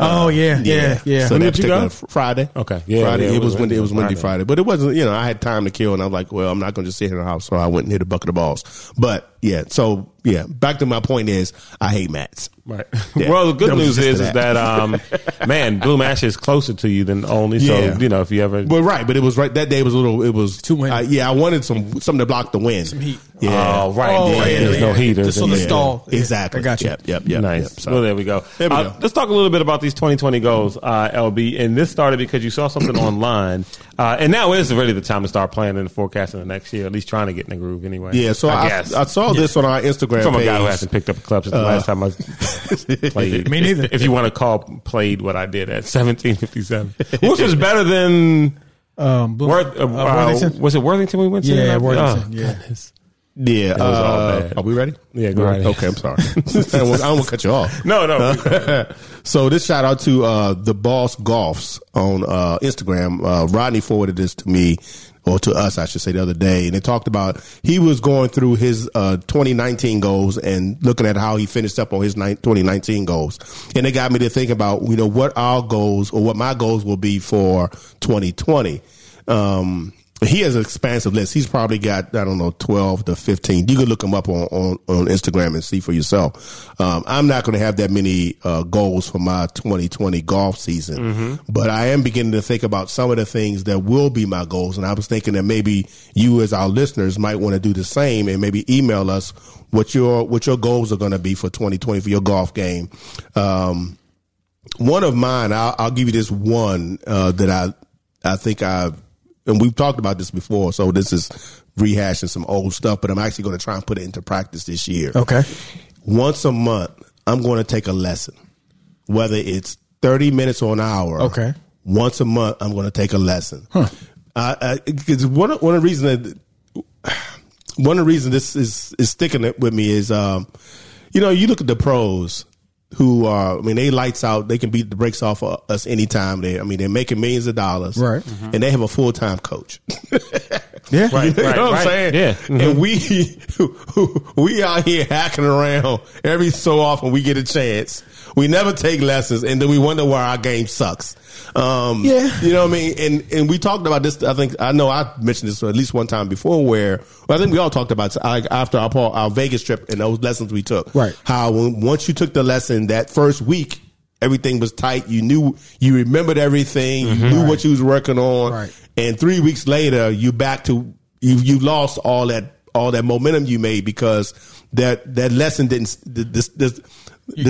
Oh yeah, yeah, yeah.
So
When
that
did you go?
particular fr- Friday.
Okay. Yeah,
Friday.
yeah,
it,
it
was
was
windy. It was windy
Friday.
Friday. but it wasn't. You know, I had time to kill, and I was like, well, I'm not going to just sit in the house, so I went and hit a bucket of balls. But yeah, so yeah. Back to my point is, I hate mats.
Right.
Yeah.
Well, the good
That was
news
just
is
to
is that um, man, Blue Ash is closer to you than only. So
Yeah.
you know if you ever
But right, but it was right. That day was a little. It was
Too windy.
uh, yeah, I wanted some something to block the wind. Some
heat.
Yeah.
Oh, right.
Oh,
yeah,
yeah,
There's
yeah.
no heaters.
Just on
in
the
there.
stall. Oh, yeah.
Exactly.
I got you.
Yep. Yep. Yep.
nice.
Yep. So-
Well, there we go.
There we
Uh,
go.
Let's talk a little bit about these 2020 goals, uh, LB. And this started because you saw something online, uh, and now is really the time to start planning and forecasting the next year. At least trying to get in the groove, anyway.
yeah. So I, I, uh,
guess
saw this on our Instagram
from a
page.
guy who hasn't picked up a club since the last time I played.
Me neither.
If, you want to call played what I did at 1757, which was better than.
um, Bloom-
Worth, uh,
uh, Worthington?
uh, was it Worthington we went to?
Yeah,
Oh,
Worthington, yeah.
goodness.
yeah.
was all
uh,
bad.
Are we ready?
Yeah, go right ahead.
Okay. I'm sorry. I won't, I won't cut you off.
No, no.
so this shout out to uh, the boss golfs on uh, Instagram. Uh, Rodney forwarded this to me or to us, I should say, the other day, and it talked about he was going through his uh, 2019 goals and looking at how he finished up on his nine- 2019 goals, and it got me to think about you know what our goals or what my goals will be for 2020. Um, he has an expansive list. He's probably got I don't know twelve to fifteen. You could look him up on on, on Instagram and see for yourself. Um, I'm not going to have that many uh, goals for my 2020 golf season, but I am beginning to think about some of the things that will be my goals. And I was thinking that maybe you, as our listeners, might want to do the same and maybe email us what your what your goals are going to be for 2020 for your golf game. Um, one of mine I'll, I'll give you this one uh, that i i think i've and we've talked about this before so this is rehashing some old stuff but i'm actually going to try and put it into practice this year
Okay.
once a month i'm going to take a lesson whether it's 30 minutes or an hour
Okay.
once a month i'm going to take a lesson uh, uh, 'cause one, of- one of the reasons that one of the reasons this is is sticking it with me is um, you know you look at the pros who are I mean they lights out they can beat the brakes off of us anytime they I mean they're making millions of dollars
Right.
and they have a full time coach
Yeah.
Right,
you know
right,
what I'm
right.
saying
Yeah. Mm-hmm.
and we we out here hacking around every so often we get a chance we never take lessons and then we wonder why our game sucks um,
Yeah.
you know what I mean? And and we talked about this. I think I know I mentioned this at least one time before. Where well, I think we all talked about like after our Paul- our Vegas trip and those lessons we took.
Right.
How when, once you took the lesson that first week, everything was tight. You knew you remembered everything. You knew what you was working on.
Right.
And three weeks later, you back to you. You lost all that all that momentum you made because that that lesson didn't. This, this, this,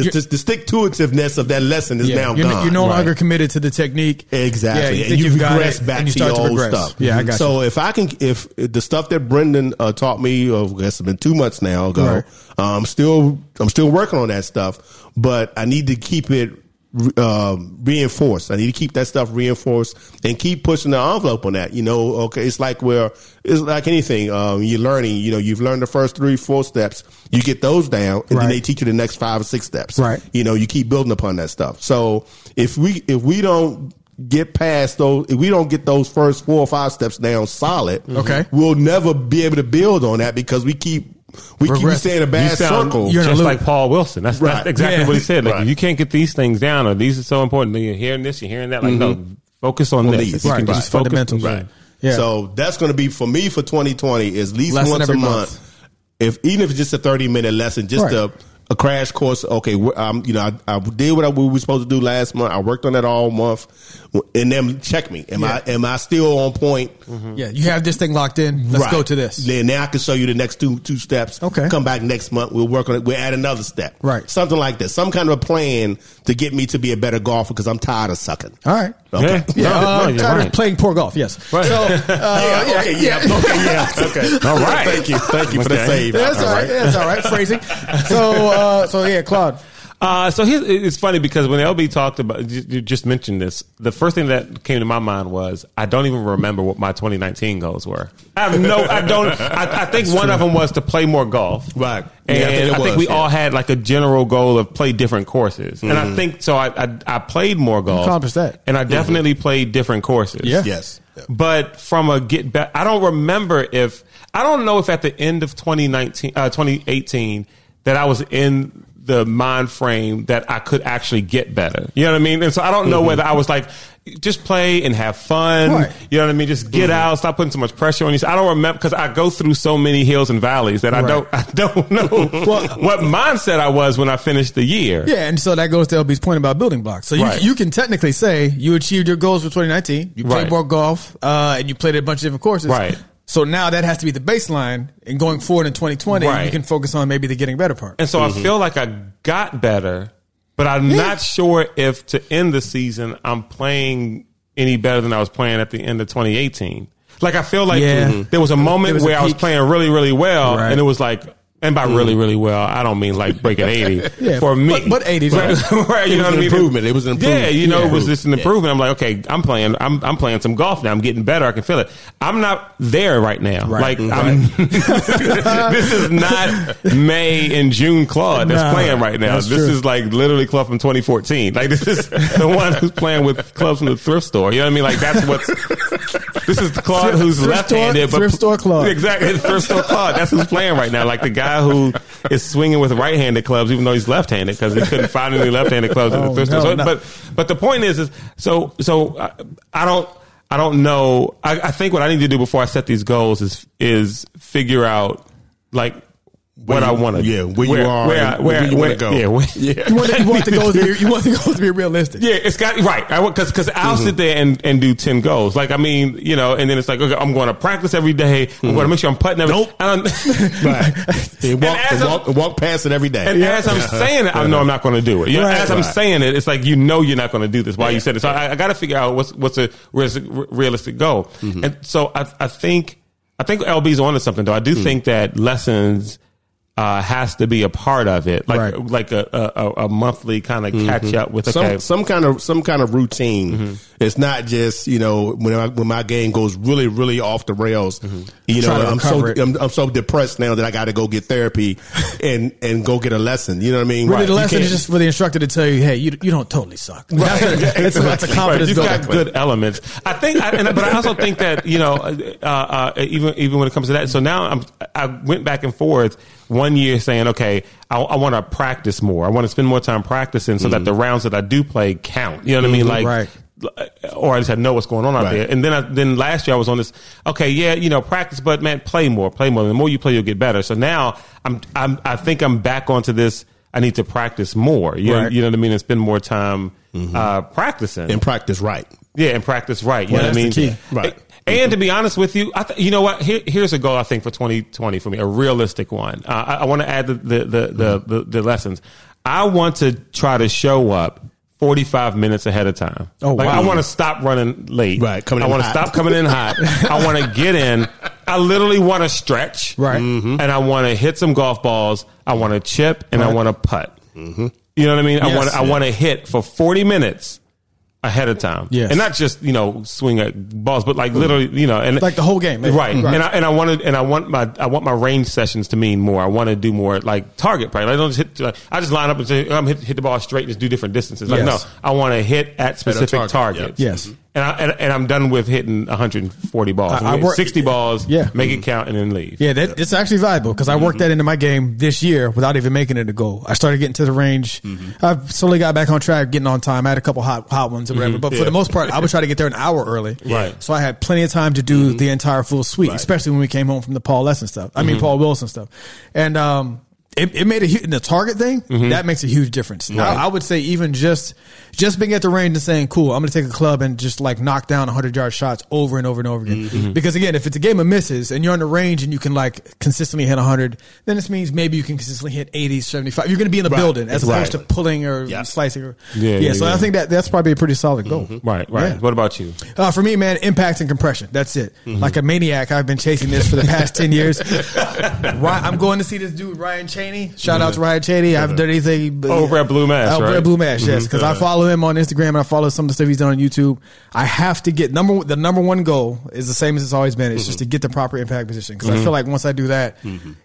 you-
this, the stick to itiveness of that lesson is
Yeah.
now
you're,
gone.
you're no
Right.
longer committed to the technique. Yeah,
Exactly.
you
and
think
you
you've got
regress
it,
back
and you
to
start
your
to
old
progress.
stuff. Mm-hmm.
Yeah, I got
So if I can, if the stuff that Brendan uh, taught me, uh, I guess it's been two months now ago.
Right.
I'm still, I'm still working on that stuff, but I need to keep it um, reinforced. I need to keep that stuff reinforced and keep pushing the envelope on that. You know, okay, it's like where it's like anything. Um, you're learning. You know, you've learned the first three, four steps. You get those down, and
Right.
then they teach you the next five or six steps
Right.
you know you keep building upon that stuff so if we if we don't get past those if we don't get those first four or five steps down solid
Mm-hmm. Okay.
we'll never be able to build on that because we keep we keep
Regressing.
staying in a
You
bad
sound
circle
You're in a
just
loop.
like Paul Wilson. That's,
Right.
that's exactly
Yeah.
what he said. Like,
Right.
if you can't get these things down, or these are so important. Then you're hearing this, you're hearing that. Like, no, focus on, this.
Mm-hmm. these.
If you
Right.
can
This
just
is
focus-
fundamentals.
Right.
Yeah.
So that's going to be for me for 2020 is at least
Lesson
once a
every
month.
month.
If even if it's just a 30 minute lesson, just
Right.
a, a crash course. Okay, wh- um, you know, I, I did what I, we were supposed to do last month. I worked on that all month. and then check me. Am I am I still on point?
Mm-hmm. Yeah, you have this thing locked in. Let's
Right.
go to this.
Then now I can show you the next two two steps.
Okay.
Come back next month. We'll work on it. We'll add another step.
Right.
Something like this. Some kind of a plan to get me to be a better golfer because I'm tired of sucking.
All right.
Okay.
Yeah.
Yeah,
No,
uh,
no, you're
Carter's
right.
playing poor golf. Yes.
Right.
So, uh,
Oh, Yeah, okay, yeah, okay, yeah, okay.
All right.
Thank you, thank you for the
Okay.
save.
Yeah, that's all right. Yeah, that's all right. Phrasing. So, uh, so yeah, Claude.
Uh, so here's, it's funny because when LB talked about, you you just mentioned this, the first thing that came to my mind was I don't even remember what my 2019 goals were. I have no, I don't. I, I think one of them was to play more golf.
Right.
And
Yeah,
I
I
think,
think it was,
we
yeah. Mm-hmm.
all had like a general goal of play different courses. And I think so. I, I, I played more golf.
accomplished that.
And I definitely played different courses.
Yeah.
Yes.
But from a get back, I don't remember if I don't know if at the end of 2019, uh, 2018 that I was in the mind frame that I could actually get better. You know what I mean? And so I don't know whether I was like just play and have fun.
Mm-hmm. Right. Mm-hmm.
You know what I mean? Just get out, stop putting so much pressure on you. I don't remember because I go through so many hills and valleys that I
Right.
don't I don't know
Well-
what mindset I was when I finished the year.
Yeah, and so that goes to LB's point about building blocks. So you,
Right.
you can technically say you achieved your goals for 2019. You played
Right.
more golf, uh, and you played at a bunch of different courses.
Right.
So now that has to be the baseline, and going forward in 2020, you
Right.
can focus on maybe the getting better part.
And so I feel like I got better, but I'm not sure if to end the season I'm playing any better than I was playing at the end of 2018. Like I feel like Mm-hmm.
Yeah.
there was a moment
was a
where I was
peak.
playing really, really well,
Right.
and it was like. And by really, really well, I don't mean like breaking eighty
Yeah,
for me,
but- but 80s,
Right, right, you
It
know what
was an
I mean?
improvement. It was an improvement.
Yeah, you know, it was
Yeah.
just an improvement. I'm like, okay, I'm playing, I'm I'm playing some golf now. I'm getting better. I can feel it. I'm not there right now. Like I'm, this is not May and June Claude that's
Nah,
playing right now.
that's
This
true.
is like literally club from 2014. Like this is the one who's playing with clubs from the thrift store. You know what I mean? Like that's what's. This is Claude who's
Thrift
left-handed,
store- thrift store Claude.
Exactly, thrift store Claude. That's who's playing right now. Like the guy who is swinging with right-handed clubs, even though he's left-handed because he couldn't find any left-handed clubs in
Oh,
the thrift
no,
store. So-
no.
But but the point is, is so so I, I don't I don't know. I, I think what I need to do before I set these goals is is figure out like what
Where
I
you-
want to.
yeah, where you are
where,
and
where,
where you wanna
where-
go.
Yeah, where-
You want, you want the goals to be, you want the goals to be realistic.
yeah, it's got right. I because because I'll
Mm-hmm.
sit there and, and do ten goals. Like I mean, you know, and then it's like okay, I'm going to practice every day. I'm
Mm-hmm.
going to make sure I'm putting every. Nope. I don't,
Right. They walk,
as
they
a-
walk, walk past it every day.
And as I'm saying it, I know I'm not going to do it. You know,
Right.
as I'm
Right.
saying it, it's like you know you're not going to do this. Why you said it? So I, I got to figure out what's what's a realistic, realistic goal.
Mm-hmm.
And so I, I think I think LB's onto something though. I
Mm.
do think that lessons uh, has to be a part of it, like
Right. Mm-hmm.
like a a, a- a monthly kind of catch up with
some
okay.
some kind of some kind of routine. It's not just you know when I, when my game goes really really off the rails. You know
Try to
Mm-hmm. I'm so
recover it.
I'm, I'm so depressed now that I got to go get therapy and and go get a lesson. You know what I mean?
Really, the
You
lesson
can't-
is just for the instructor to tell you, hey, you, you don't totally suck. That's, a, it's a, that's a confidence
Right,
builder.
You've got good elements. I think, I, and, but I also think that you know, uh, uh, even even when it comes to that. So now I'm I went back and forth one year saying, okay, I, I want to practice more. I want to spend more time practicing so that the rounds that I do play count. You know what I mean? Like.
Mm-hmm.
uh,
Right.
Or I just had to know what's going on out
Right.
there, and then I, then last year I was on this. Okay, yeah, you know, practice, but man, play more, play more. The more you play, you'll get better. So now I'm, I'm I think I'm back onto this. I need to practice more. You, know,
Right.
you know what I mean, and spend more time uh, practicing.
and practice right.
Yeah, and practice right. You know what I
that's
mean?
the key.
Right.
And, to be honest with you, I th- you know what? Here, here's a goal I think for 2020 for me, a realistic one. Uh, I, I want to add the the, the, the,
Mm-hmm.
the the lessons. I want to try to show up 45 minutes ahead of time.
Oh,
like,
wow.
I want to stop running late.
Right, coming
I
in
want to
hot.
stop coming in hot. I want to get in. I literally want to stretch. Mm-hmm.
Right. Mm-hmm.
And I want to hit some golf balls. I want to chip and I want to putt. You know what I mean? I
Mm-hmm. Yes.
want I want to hit for 40 minutes ahead of time.
Yes.
And not just, you know, swing at balls, but like literally, you know, and
Like the whole game, eh?
Right.
Mhm.
And I and I want to, and I want my I want my range sessions to mean more. I want to do more like target practice. I don't just hit like, I just line up and say I'm hit, hit the ball straight and just do different distances. Like
Yes.
no, I want to hit at specific
target,
targets.
yep. Yes.
And, I, and and I'm done with hitting 140 balls.
I- I
Hit
work-
60 balls,
Yeah.
make it count and then leave.
Yeah, that, it's actually valuable because I worked that into my game this year without even making it a goal. I started getting to the range. I've slowly got back on track, getting on time. I had a couple hot hot ones or whatever, but for the most part, I would try to get there an hour early.
Right.
So I had plenty of time to do the entire full suite, especially when we came home from the Paul Lesson stuff. I mean, Paul Wilson stuff, and um, it, it made a huge the target thing
Mm-hmm.
that makes a huge difference. I, I would say even just just being at the range and saying, "Cool, I'm going to take a club and just like knock down 100 yard shots over and over and over again."
Mm-hmm.
Because again, if it's a game of misses and you're on the range and you can like consistently hit 100, then this means maybe you can consistently hit 80, 75. You're going to be in the building as opposed to pulling or
Yeah.
slicing. Or,
Yeah,
yeah,
yeah,
So
yeah. Mm-hmm.
I think that that's probably a pretty solid goal.
Right, right.
Yeah.
What about you?
Uh, for me, man, impact and compression. That's it.
Mm-hmm.
Like a maniac, I've been chasing this for the past 10 years. Ry- I'm going to see this dude, Ryan Cheney. Shout out to Ryan Cheney. I haven't done anything. but-
Over at Blue Mass,
Over
right?
at Blue Mash, yes. Because I follow him on Instagram and I follow some of the stuff he's done on YouTube. I have to get number one- the number one goal is the same as it's always been. It's just to get the proper impact position. Because I feel like once I do that,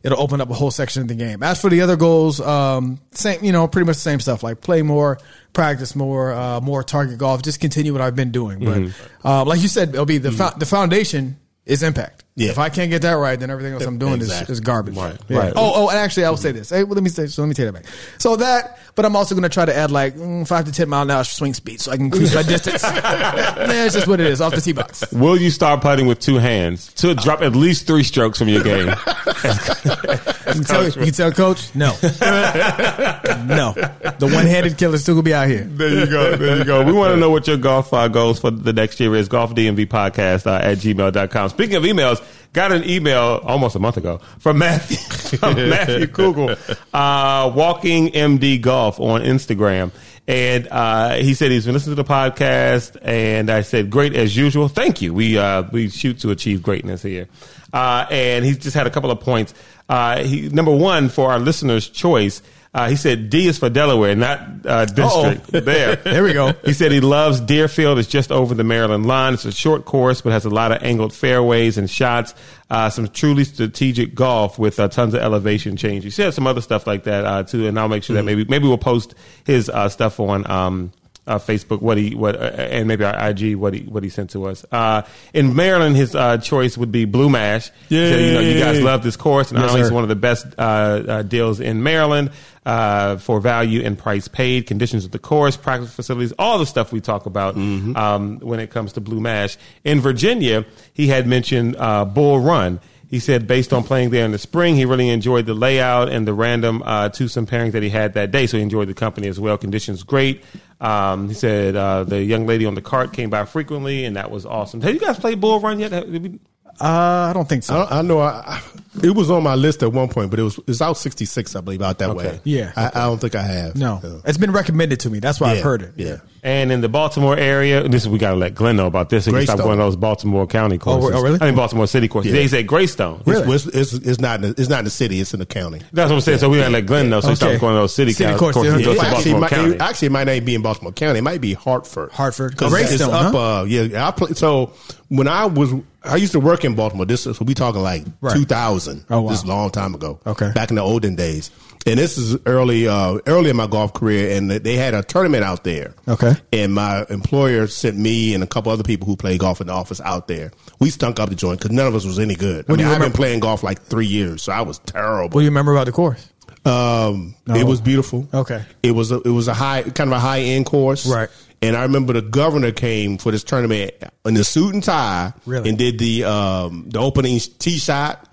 it'll open up a whole section of the game. As for the other goals, um, same, you know, pretty much the same stuff like play more, practice more, uh, more target golf. Just continue what I've been doing. But uh, like you said, it'll be the fo- the foundation is impact.
Yeah.
If I can't get that right, then everything else I'm doing is,
Exactly.
is garbage.
Right.
Yeah.
Right.
Oh, oh, and actually, I will say this. Hey, well, let me say, so let me take that back. So that, but I'm also going to try to add like mm, five to ten mile an hour swing speed, so I can increase my distance. Man, it's just what it is. Off the tee box.
Will you start putting with two hands to drop at least three strokes from your game?
You can, tell, you can tell coach, no, no. The one handed killer still gonna be out here.
there you go. There you go. We want to know what your golf uh, goals for the next year is. GolfDMV podcast uh, at gmail.com. Speaking of emails, got an email almost a month ago from Matthew, from Matthew Kugel, uh, Walking MD Golf on Instagram. And uh, he said he's been listening to the podcast, and I said, "Great as usual, thank you. We uh, we shoot to achieve greatness here." Uh, and he just had a couple of points. Uh, he, number one for our listeners' choice, uh, he said D is for Delaware, not uh, district. There,
There we go.
He said he loves Deerfield. It's just over the Maryland line. It's a short course, but has a lot of angled fairways and shots. Uh, some truly strategic golf with uh, tons of elevation change. He said some other stuff like that uh, too, and I'll make sure that maybe maybe we'll post his uh, stuff on. Um, uh, Facebook, what he what, uh, and maybe our IG, what he what he sent to us. Uh, in Maryland, his uh, choice would be Blue Mash. He said, you know, you guys
Yay.
love this course, and
Yes,
I know he's
sir.
one of the best uh, uh, deals in Maryland uh, for value and price paid, conditions of the course, practice facilities, all the stuff we talk about
Mm-hmm.
um, when it comes to Blue Mash. In Virginia, he had mentioned uh, Bull Run. He said, based on playing there in the spring, he really enjoyed the layout and the random uh, twosome pairings that he had that day. So he enjoyed the company as well. Conditions great. Um, he said uh, the young lady on the cart came by frequently, and that was awesome. Have you guys played Bull Run yet? Have- have we-
Uh, I don't think so.
I, I know I, I, it was on my list at one point, but it was it's out sixty six, I believe, out that way.
Yeah.
I, I don't think I have.
no,
So,
it's been recommended to me. That's why
yeah,
I've heard it.
Yeah,
And in the Baltimore area, this is we gotta let Glenn know about this. He can stop
Greystone.
going to those Baltimore County courses.
oh, really?
I mean Baltimore City courses.
Yeah.
They said Greystone.
It's, it's, it's not in the, it's not in the city. It's in the county.
That's what I'm saying. So we gotta let Glenn know. So he
Okay.
stopped going to those city,
City
county
courses,
courses. He
yeah.
goes
It
to
actually,
Baltimore
might,
County.
it actually might not be in Baltimore County. It might be Hartford.
Hartford.
'Cause
Oh,
it's
Greystone,
up.
huh?
Uh, yeah, I play, so when I was, I used to work in Baltimore. This is we talking like
Right.
2000.
Oh, wow.
This is a long time ago.
Okay.
back in the olden days. And this is early, uh, early in my golf career, and they had a tournament out there.
Okay.
And my employer sent me and a couple other people who played golf in the office out there. We stunk up the joint because none of us was any good. I
do
mean,
you
I've been
remember-
playing golf like three years, so I was terrible.
What do you remember about the course?
Um,
No.
It was beautiful.
Oh. Okay.
It was a, it was a high kind of a high end course.
Right.
And I remember the governor came for this tournament in the suit and tie,
Really?
and did the um, the opening tee shot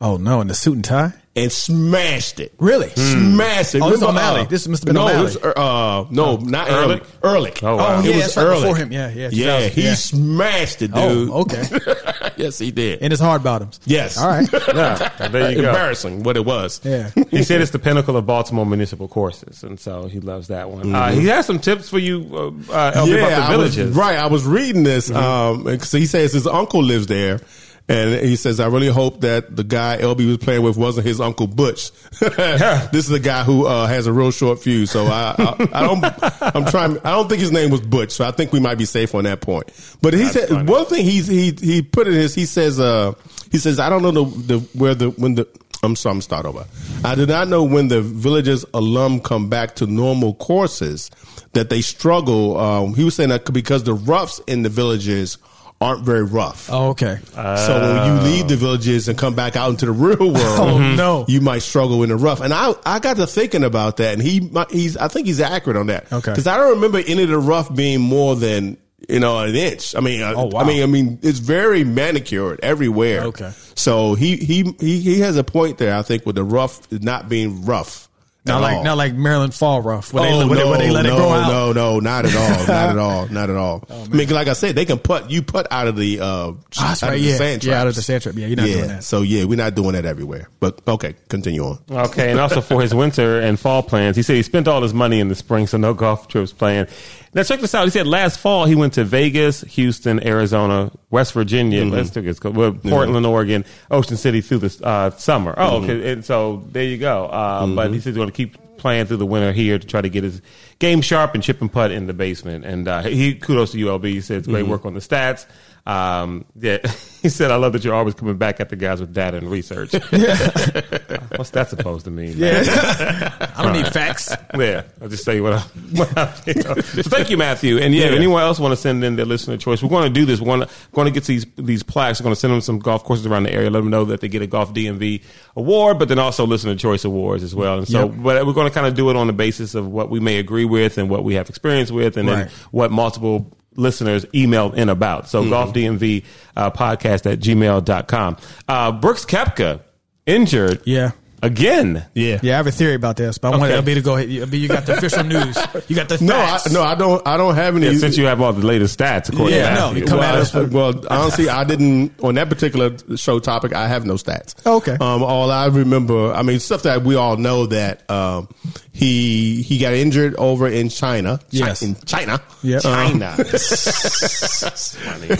Oh no, in the suit and tie.
and Hmm. smashed it.
Really?
Smashed it.
Oh, this is
Remember,
O'Malley.
uh,
This must have been
no,
O'Malley.
it was, uh, no, not
Ehrlich?
Ehrlich. Ehrlich.
Oh, wow.
Oh, yeah,
it was
that's right
Ehrlich.
before him. Yeah, yeah,
Yeah,
2000,
he
yeah.
smashed it, dude.
Oh, okay.
yes, he did.
And it's hard bottoms.
yes.
All right.
Yeah, there you go.
Embarrassing what it was.
Yeah.
He said it's the pinnacle of Baltimore municipal courses, and so he loves that one. Uh, he has some tips for you, uh, uh, LB, about the
I was-
villages. Mm-hmm.
right. I was reading this. Um, because he says his uncle lives there. And he says, I really hope that the guy LB was playing with wasn't his uncle Butch. This is a guy who uh, has a real short fuse. So I, I, I don't, I'm trying, I don't think his name was Butch. So I think we might be safe on that point. But he said,
funny.
one thing he's, he, he put in is, he says, uh, he says, I don't know the, the, where the, when the, I'm sorry, I'm start over. I do not know when the villages alum come back to normal courses that they struggle. Um, he was saying that because the roughs in the villages aren't very rough.
Oh, okay.
So when you leave the villages and come back out into the real world,
Oh, no.
you might struggle in the rough. And I, I got to thinking about that, and he, might- he's, I think he's accurate on that.
Okay.
because I don't remember any of the rough being more than you know, an inch. I mean, uh,
Oh, wow.
I mean, I mean, it's very manicured everywhere.
Okay.
So he he he, he has a point there. I think with the rough not being rough. at
Not like
all.
not like Maryland Fall Rough when,
oh,
they, when,
no,
they, when they let
no,
it grow out.
No,
Oh,
no, not at all. Not at all. Not at all. I mean, like I said, they can put you put out of the uh,
Ah, that's
out
right.
of the
Yeah,
sand
yeah, out of
traps.
the sand trap. Yeah, you're not
yeah.
doing that.
So yeah, we're not doing that everywhere. But okay, continue on.
Okay, and also for his winter and fall plans, he said he spent all his money in the spring, so no golf trips planned. Now check this out. He said last fall he went to Vegas, Houston, Arizona, West Virginia, let's take it, well, Portland, Oregon, Ocean City through the uh, summer. Oh, okay, and so there you go. Uh, But he said he's going to keep playing through the winter here to try to get his game sharp and chip and putt in the basement. And uh, he kudos to ULB. He said it's great work on the stats. Um, yeah, he said I love that you're always coming back at the guys with data and research. What's that supposed to mean? man?
I don't need facts.
Yeah, I'll just tell you what I, what I feel. So thank you, Matthew. And yeah, if anyone else want to send in their listener choice, we're going to do this. We're going to, going to get these these plaques. We're going to send them some golf courses around the area. Let them know that they get a golf DMV award, but then also listener choice awards as well. And so,
Yep.
but we're going to kind of do it on the basis of what we may agree with and what we have experience with, and
Right.
then what multiple listeners emailed in about. So golf DMV uh, podcast at gmail.com. Uh, Brooks Kepka injured
Yeah.
again.
Yeah, I have a theory about this, but I want
Okay.
LB to go ahead. LB, you got the official news. You got the
No, I,
facts.
no, I don't. I don't have any.
Yeah, since you have all the latest stats, according
Yeah,
to
no,
Matthew.
you come
well,
at us
I- well, honestly, I didn't on that particular show topic. I have no stats.
Okay.
Um, all I remember, I mean, stuff that we all know that um, he he got injured over in China.
Yes. Uh-huh.
in China.
Yep.
China.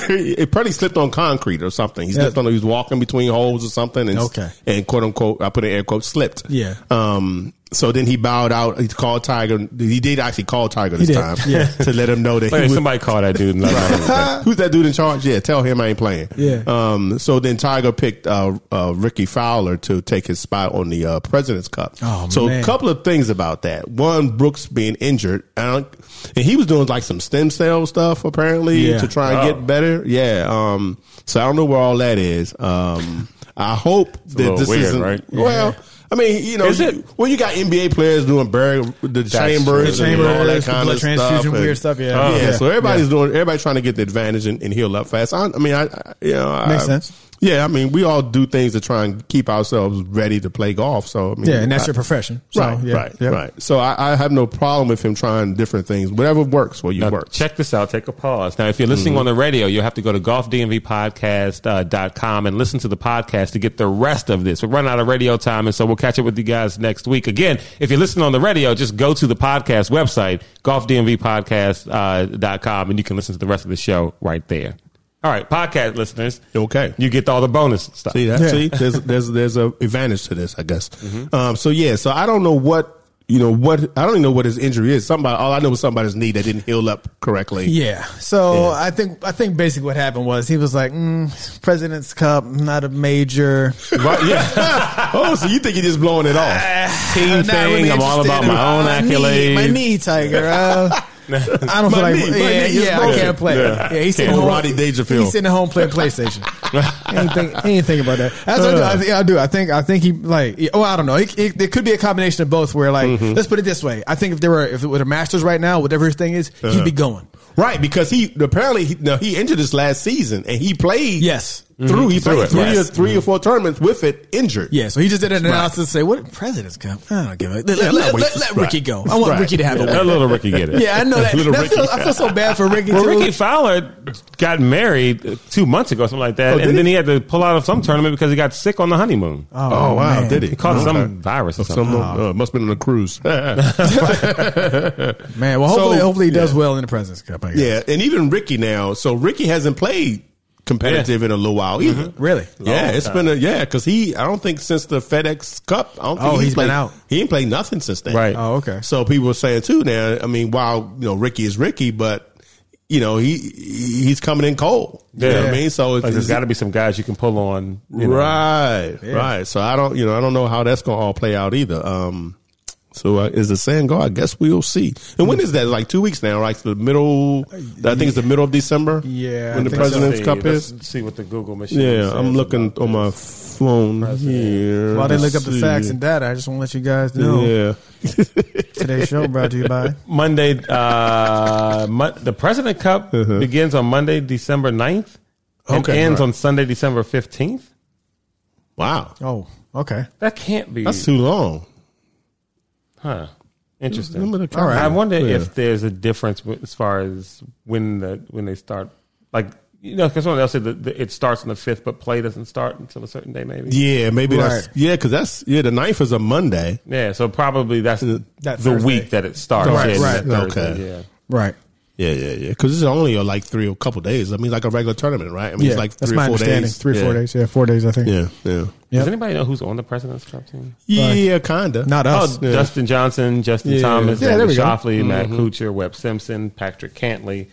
it probably slipped on concrete or something. He slipped
Yeah.
on. He was walking between holes or something. And,
Okay.
And quote unquote, I put an air quote slipped.
Yeah.
Um. So then he bowed out. He called Tiger. He did actually call Tiger this
did,
time.
yeah.
To let him know that
Wait,
he was
somebody call that dude. And let him know.
Who's that dude in charge? Yeah, tell him I ain't playing.
Yeah.
Um. So then Tiger picked uh, uh Ricky Fowler to take his spot on the uh, President's Cup.
Oh,
so
man.
a couple of things about that. One, Brooks being injured, and, I don't- and he was doing like some stem cell stuff apparently
Yeah.
to try and
Oh.
get better. Yeah. Um. So I don't know where all that is. Um. I hope that
little
this
weird,
isn't
right?
well. I mean, you know,
Is it-
you, well, you got NBA players doing burial, the chambers,
true.
and all that
Chambers, the
kind
blood
of
transfusion,
stuff,
weird stuff, yeah.
Oh,
yeah.
Yeah.
So everybody's doing, everybody's trying to get the advantage and, and heal up fast. I, I mean, I, I you know, I-
Makes sense.
Yeah, I mean, we all do things to try and keep ourselves ready to play golf. So I mean,
yeah, and that's
I-
your profession. So,
right,
yeah,
right,
yeah.
right. So I, I have no problem with him trying different things. Whatever works for you
Now,
works.
Check this out. Take a pause. Now, if you're
Mm-hmm.
listening on the radio, you'll have to go to golfdmvpodcast.com and listen to the podcast to get the rest of this. We're running out of radio time, and so we'll catch up with you guys next week. Again, if you're listening on the radio, just go to the podcast website, golfdmvpodcast.com, uh, .com, and you can listen to the rest of the show right there. All right, podcast listeners.
Okay.
You get all the bonus stuff.
See that?
Yeah.
See, there's there's there's a advantage to this, I guess.
Mm-hmm.
Um, so yeah, so I don't know what you know what I don't even know what his injury is. Somebody, all I know is somebody's knee that didn't heal up correctly.
Yeah. So I think I think basically what happened was he was like, mm, President's Cup, not a major.
Right, yeah. oh, so you think he just blowing it off?
Team
Not
thing.
really
I'm all about
interested in
my own accolades.
knee, my knee, Tiger. Uh, I don't feel
My
like
knee, my
yeah,
knee is
yeah, I
broken.
can't play.
Yeah.
Yeah, he's sitting
Can't.
home.
Roddy Dangerfield.
He's sitting at home playing PlayStation. anything, anything about that. That's what
Uh.
I, do. I, think- I do. I think. I think he like. Oh, I don't know. It, it, it could be a combination of both. Where like,
Mm-hmm.
let's put it this way. I think if there were if it were the Masters right now, whatever his thing is, he'd
Uh.
be going.
Right, because he apparently he, now he injured this last season and he played
Yes.
Mm-hmm. through Mm-hmm. he played
it,
three
yes.
or 3 or four tournaments with it injured.
Yeah, so he just did an analysis and say, "What President's Cup? I don't give a let, let,
let
let,
Ricky-
let, Ricky
right.
go. I want
Right.
Ricky to have
Let
a win."
little Ricky get it.
Yeah, I know that.
Little
that
Ricky.
feels, I feel so bad for Ricky.
Well,
too.
Ricky Fowler got married two months ago, something like
Oh,
that,
did
and then
he?
he had to pull out of some tournament because he got sick on the honeymoon.
Oh, wow,
man.
did
He
he?
caught
Okay.
some virus or something.
Some, uh, must have been on a cruise.
man. Well, hopefully,
So-
hopefully he does well in the President's Cup. I guess.
yeah, and even Ricky now. So Ricky hasn't played competitive in a little while either.
Mm-hmm. really.
Yeah, it's been a yeah because he I don't think since the FedEx Cup I don't think
Oh,
he's
he's been
played,
out.
He ain't played nothing since then.
Right.
Oh, okay.
So people are saying too now. I mean, while you know Ricky is Ricky, but you know he he's coming in cold. You know what I
Yeah.
mean, so
Like, there's
it's,
got to be some guys you can pull on. You know.
right, right. So I don't, you know, I don't know how that's gonna all play out either. Um, so uh, is the saying go? I guess we'll see. And when is that? Like two weeks now, right? The middle. I think it's the middle of December.
Yeah,
when the
I think so.
Let's
President's
see,
Cup is.
let's see what the Google machine.
Yeah,
says
I'm looking
about
on my
this.
phone here.
While they
Let's
look up the
see.
facts and data, I just want to let you guys know.
Yeah.
Today's show brought to you by.
Monday, uh, mon- the President Cup begins on Monday, December 9th and
Uh-huh. Okay,
ends
right.
on Sunday, December 15th.
Wow,
Oh, okay.
That can't be.
that's too long.
huh. Interesting.
Remember the
All right. I
calendar.
wonder
Yeah.
if there's a difference wi- as far as when the when they start. Like, you know, because someone else said that the- it starts on the 5th, but play doesn't start until a certain day, maybe.
Yeah, maybe that's
Right.
yeah, because that's yeah. The ninth is a Monday.
Yeah, so probably that's the
That Thursday.
week that it starts.
Right,
yeah,
right.
that Thursday,
Okay.
Yeah.
Right.
Yeah, yeah, yeah. Because it's only uh, like three or couple days. I mean, like a regular tournament, right? I mean,
Yeah,
it's like
that's
three
my
or four
understanding.
days.
Three,
yeah.
four days. Yeah, four days. I think.
Yeah, yeah,
Yep.
Does anybody know who's on the President's Cup team?
yeah, kinda.
Not us.
Oh, Justin Johnson, Justin Thomas,
Yeah,
Xander
there we go.
Shoffley, Matt Kuchar, Webb Simpson, Patrick Cantley,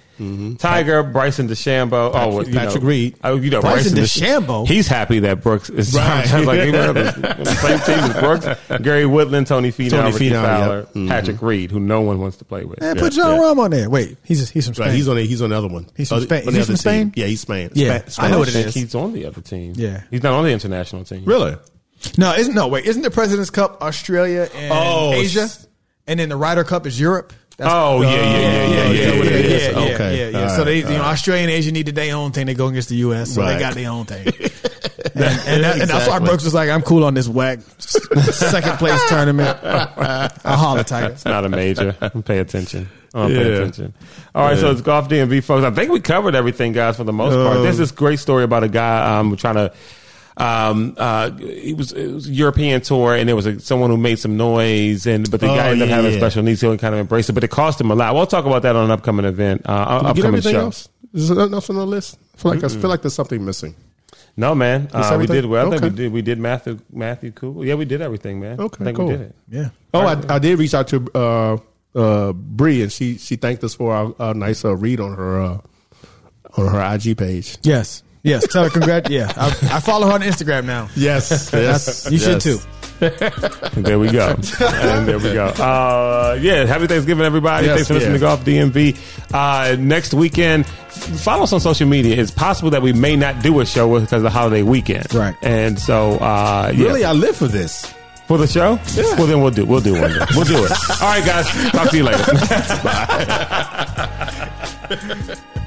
Tiger, Bryson DeChambeau. oh, well, you
Patrick
know,
Reed.
Oh, you know
Bryson
DeCh-
DeChambeau?
He's happy that Brooks is
Right.
I was like he went up on the same team as Brooks, Gary Woodland, Tony Finau,
Tony
Ricky
Finau, yep.
Fowler, Patrick Reed, who no one wants to play with.
Man,
Yeah.
put John Rahm on there. Wait, he's he's from Spain.
Right, he's on. The, he's on the other one.
He's from
Other-
Spain.
on the
Is he
other
from Spain?
team. Yeah, he's Spain.
Yeah,
Spa-
I know what it
I think
is.
he's on the other team.
Yeah.
he's not on the international team.
Really?
No, isn't no wait? Isn't the Presidents Cup Australia and
Oh,
Asia,
s-
and then the Ryder Cup is Europe? That's-
Oh, yeah, yeah, yeah, yeah, yeah,
yeah, yeah,
yeah,
yeah,
yeah.
yeah,
Okay.
yeah, yeah.
All
So
right,
they, you know, Australia and Asia needed their own thing. They go against the U.S., so
Right.
they got their own thing. And, and, that, and that's why
Exactly.
Brooks was like, "I'm cool on this whack second place tournament." I holler, Tiger.
It's not a major. Pay attention. Oh,
Yeah.
Pay attention. All right, so it's golf DMV, folks. I think we covered everything, guys, for the most
Um,
part. There's this great story about a guy um, trying to. Um, uh, it was, it was a European tour, and there was a, someone who made some noise, and but the
Oh,
guy ended
yeah,
up having
yeah.
special needs, so he kind of embraced it, but it cost him a lot. We'll talk about that on an upcoming event, uh,
Did we get
upcoming
everything
show.
else? Is there nothing else on the list? I feel like I feel like there's something missing.
No, man, uh, we
everything?
did well. I think we
Okay.
did. We did Matthew Matthew Kugel. Yeah, we did everything, man.
Okay,
I think
cool.
we did it.
Yeah,
Oh, I, I did reach out to uh, uh, Bree, and she she thanked us for our, our nice uh, read on her uh, on her IG page.
yes, yes. Tell her congrats. Yeah, I, I follow her on Instagram now.
Yes, yes,
You should
yes.
too.
There we go. and there we go. Uh, yeah, happy Thanksgiving, everybody.
Yes,
Thanks for listening
yeah.
to Golf DMV. Uh, next weekend, f- follow us on social media. It's possible that we may not do a show because of the holiday weekend.
Right.
And so, uh, yeah.
Really, I live for this.
For the show? Well, then we'll do We'll do one. Day. We'll do it. All right, guys. Talk to you later.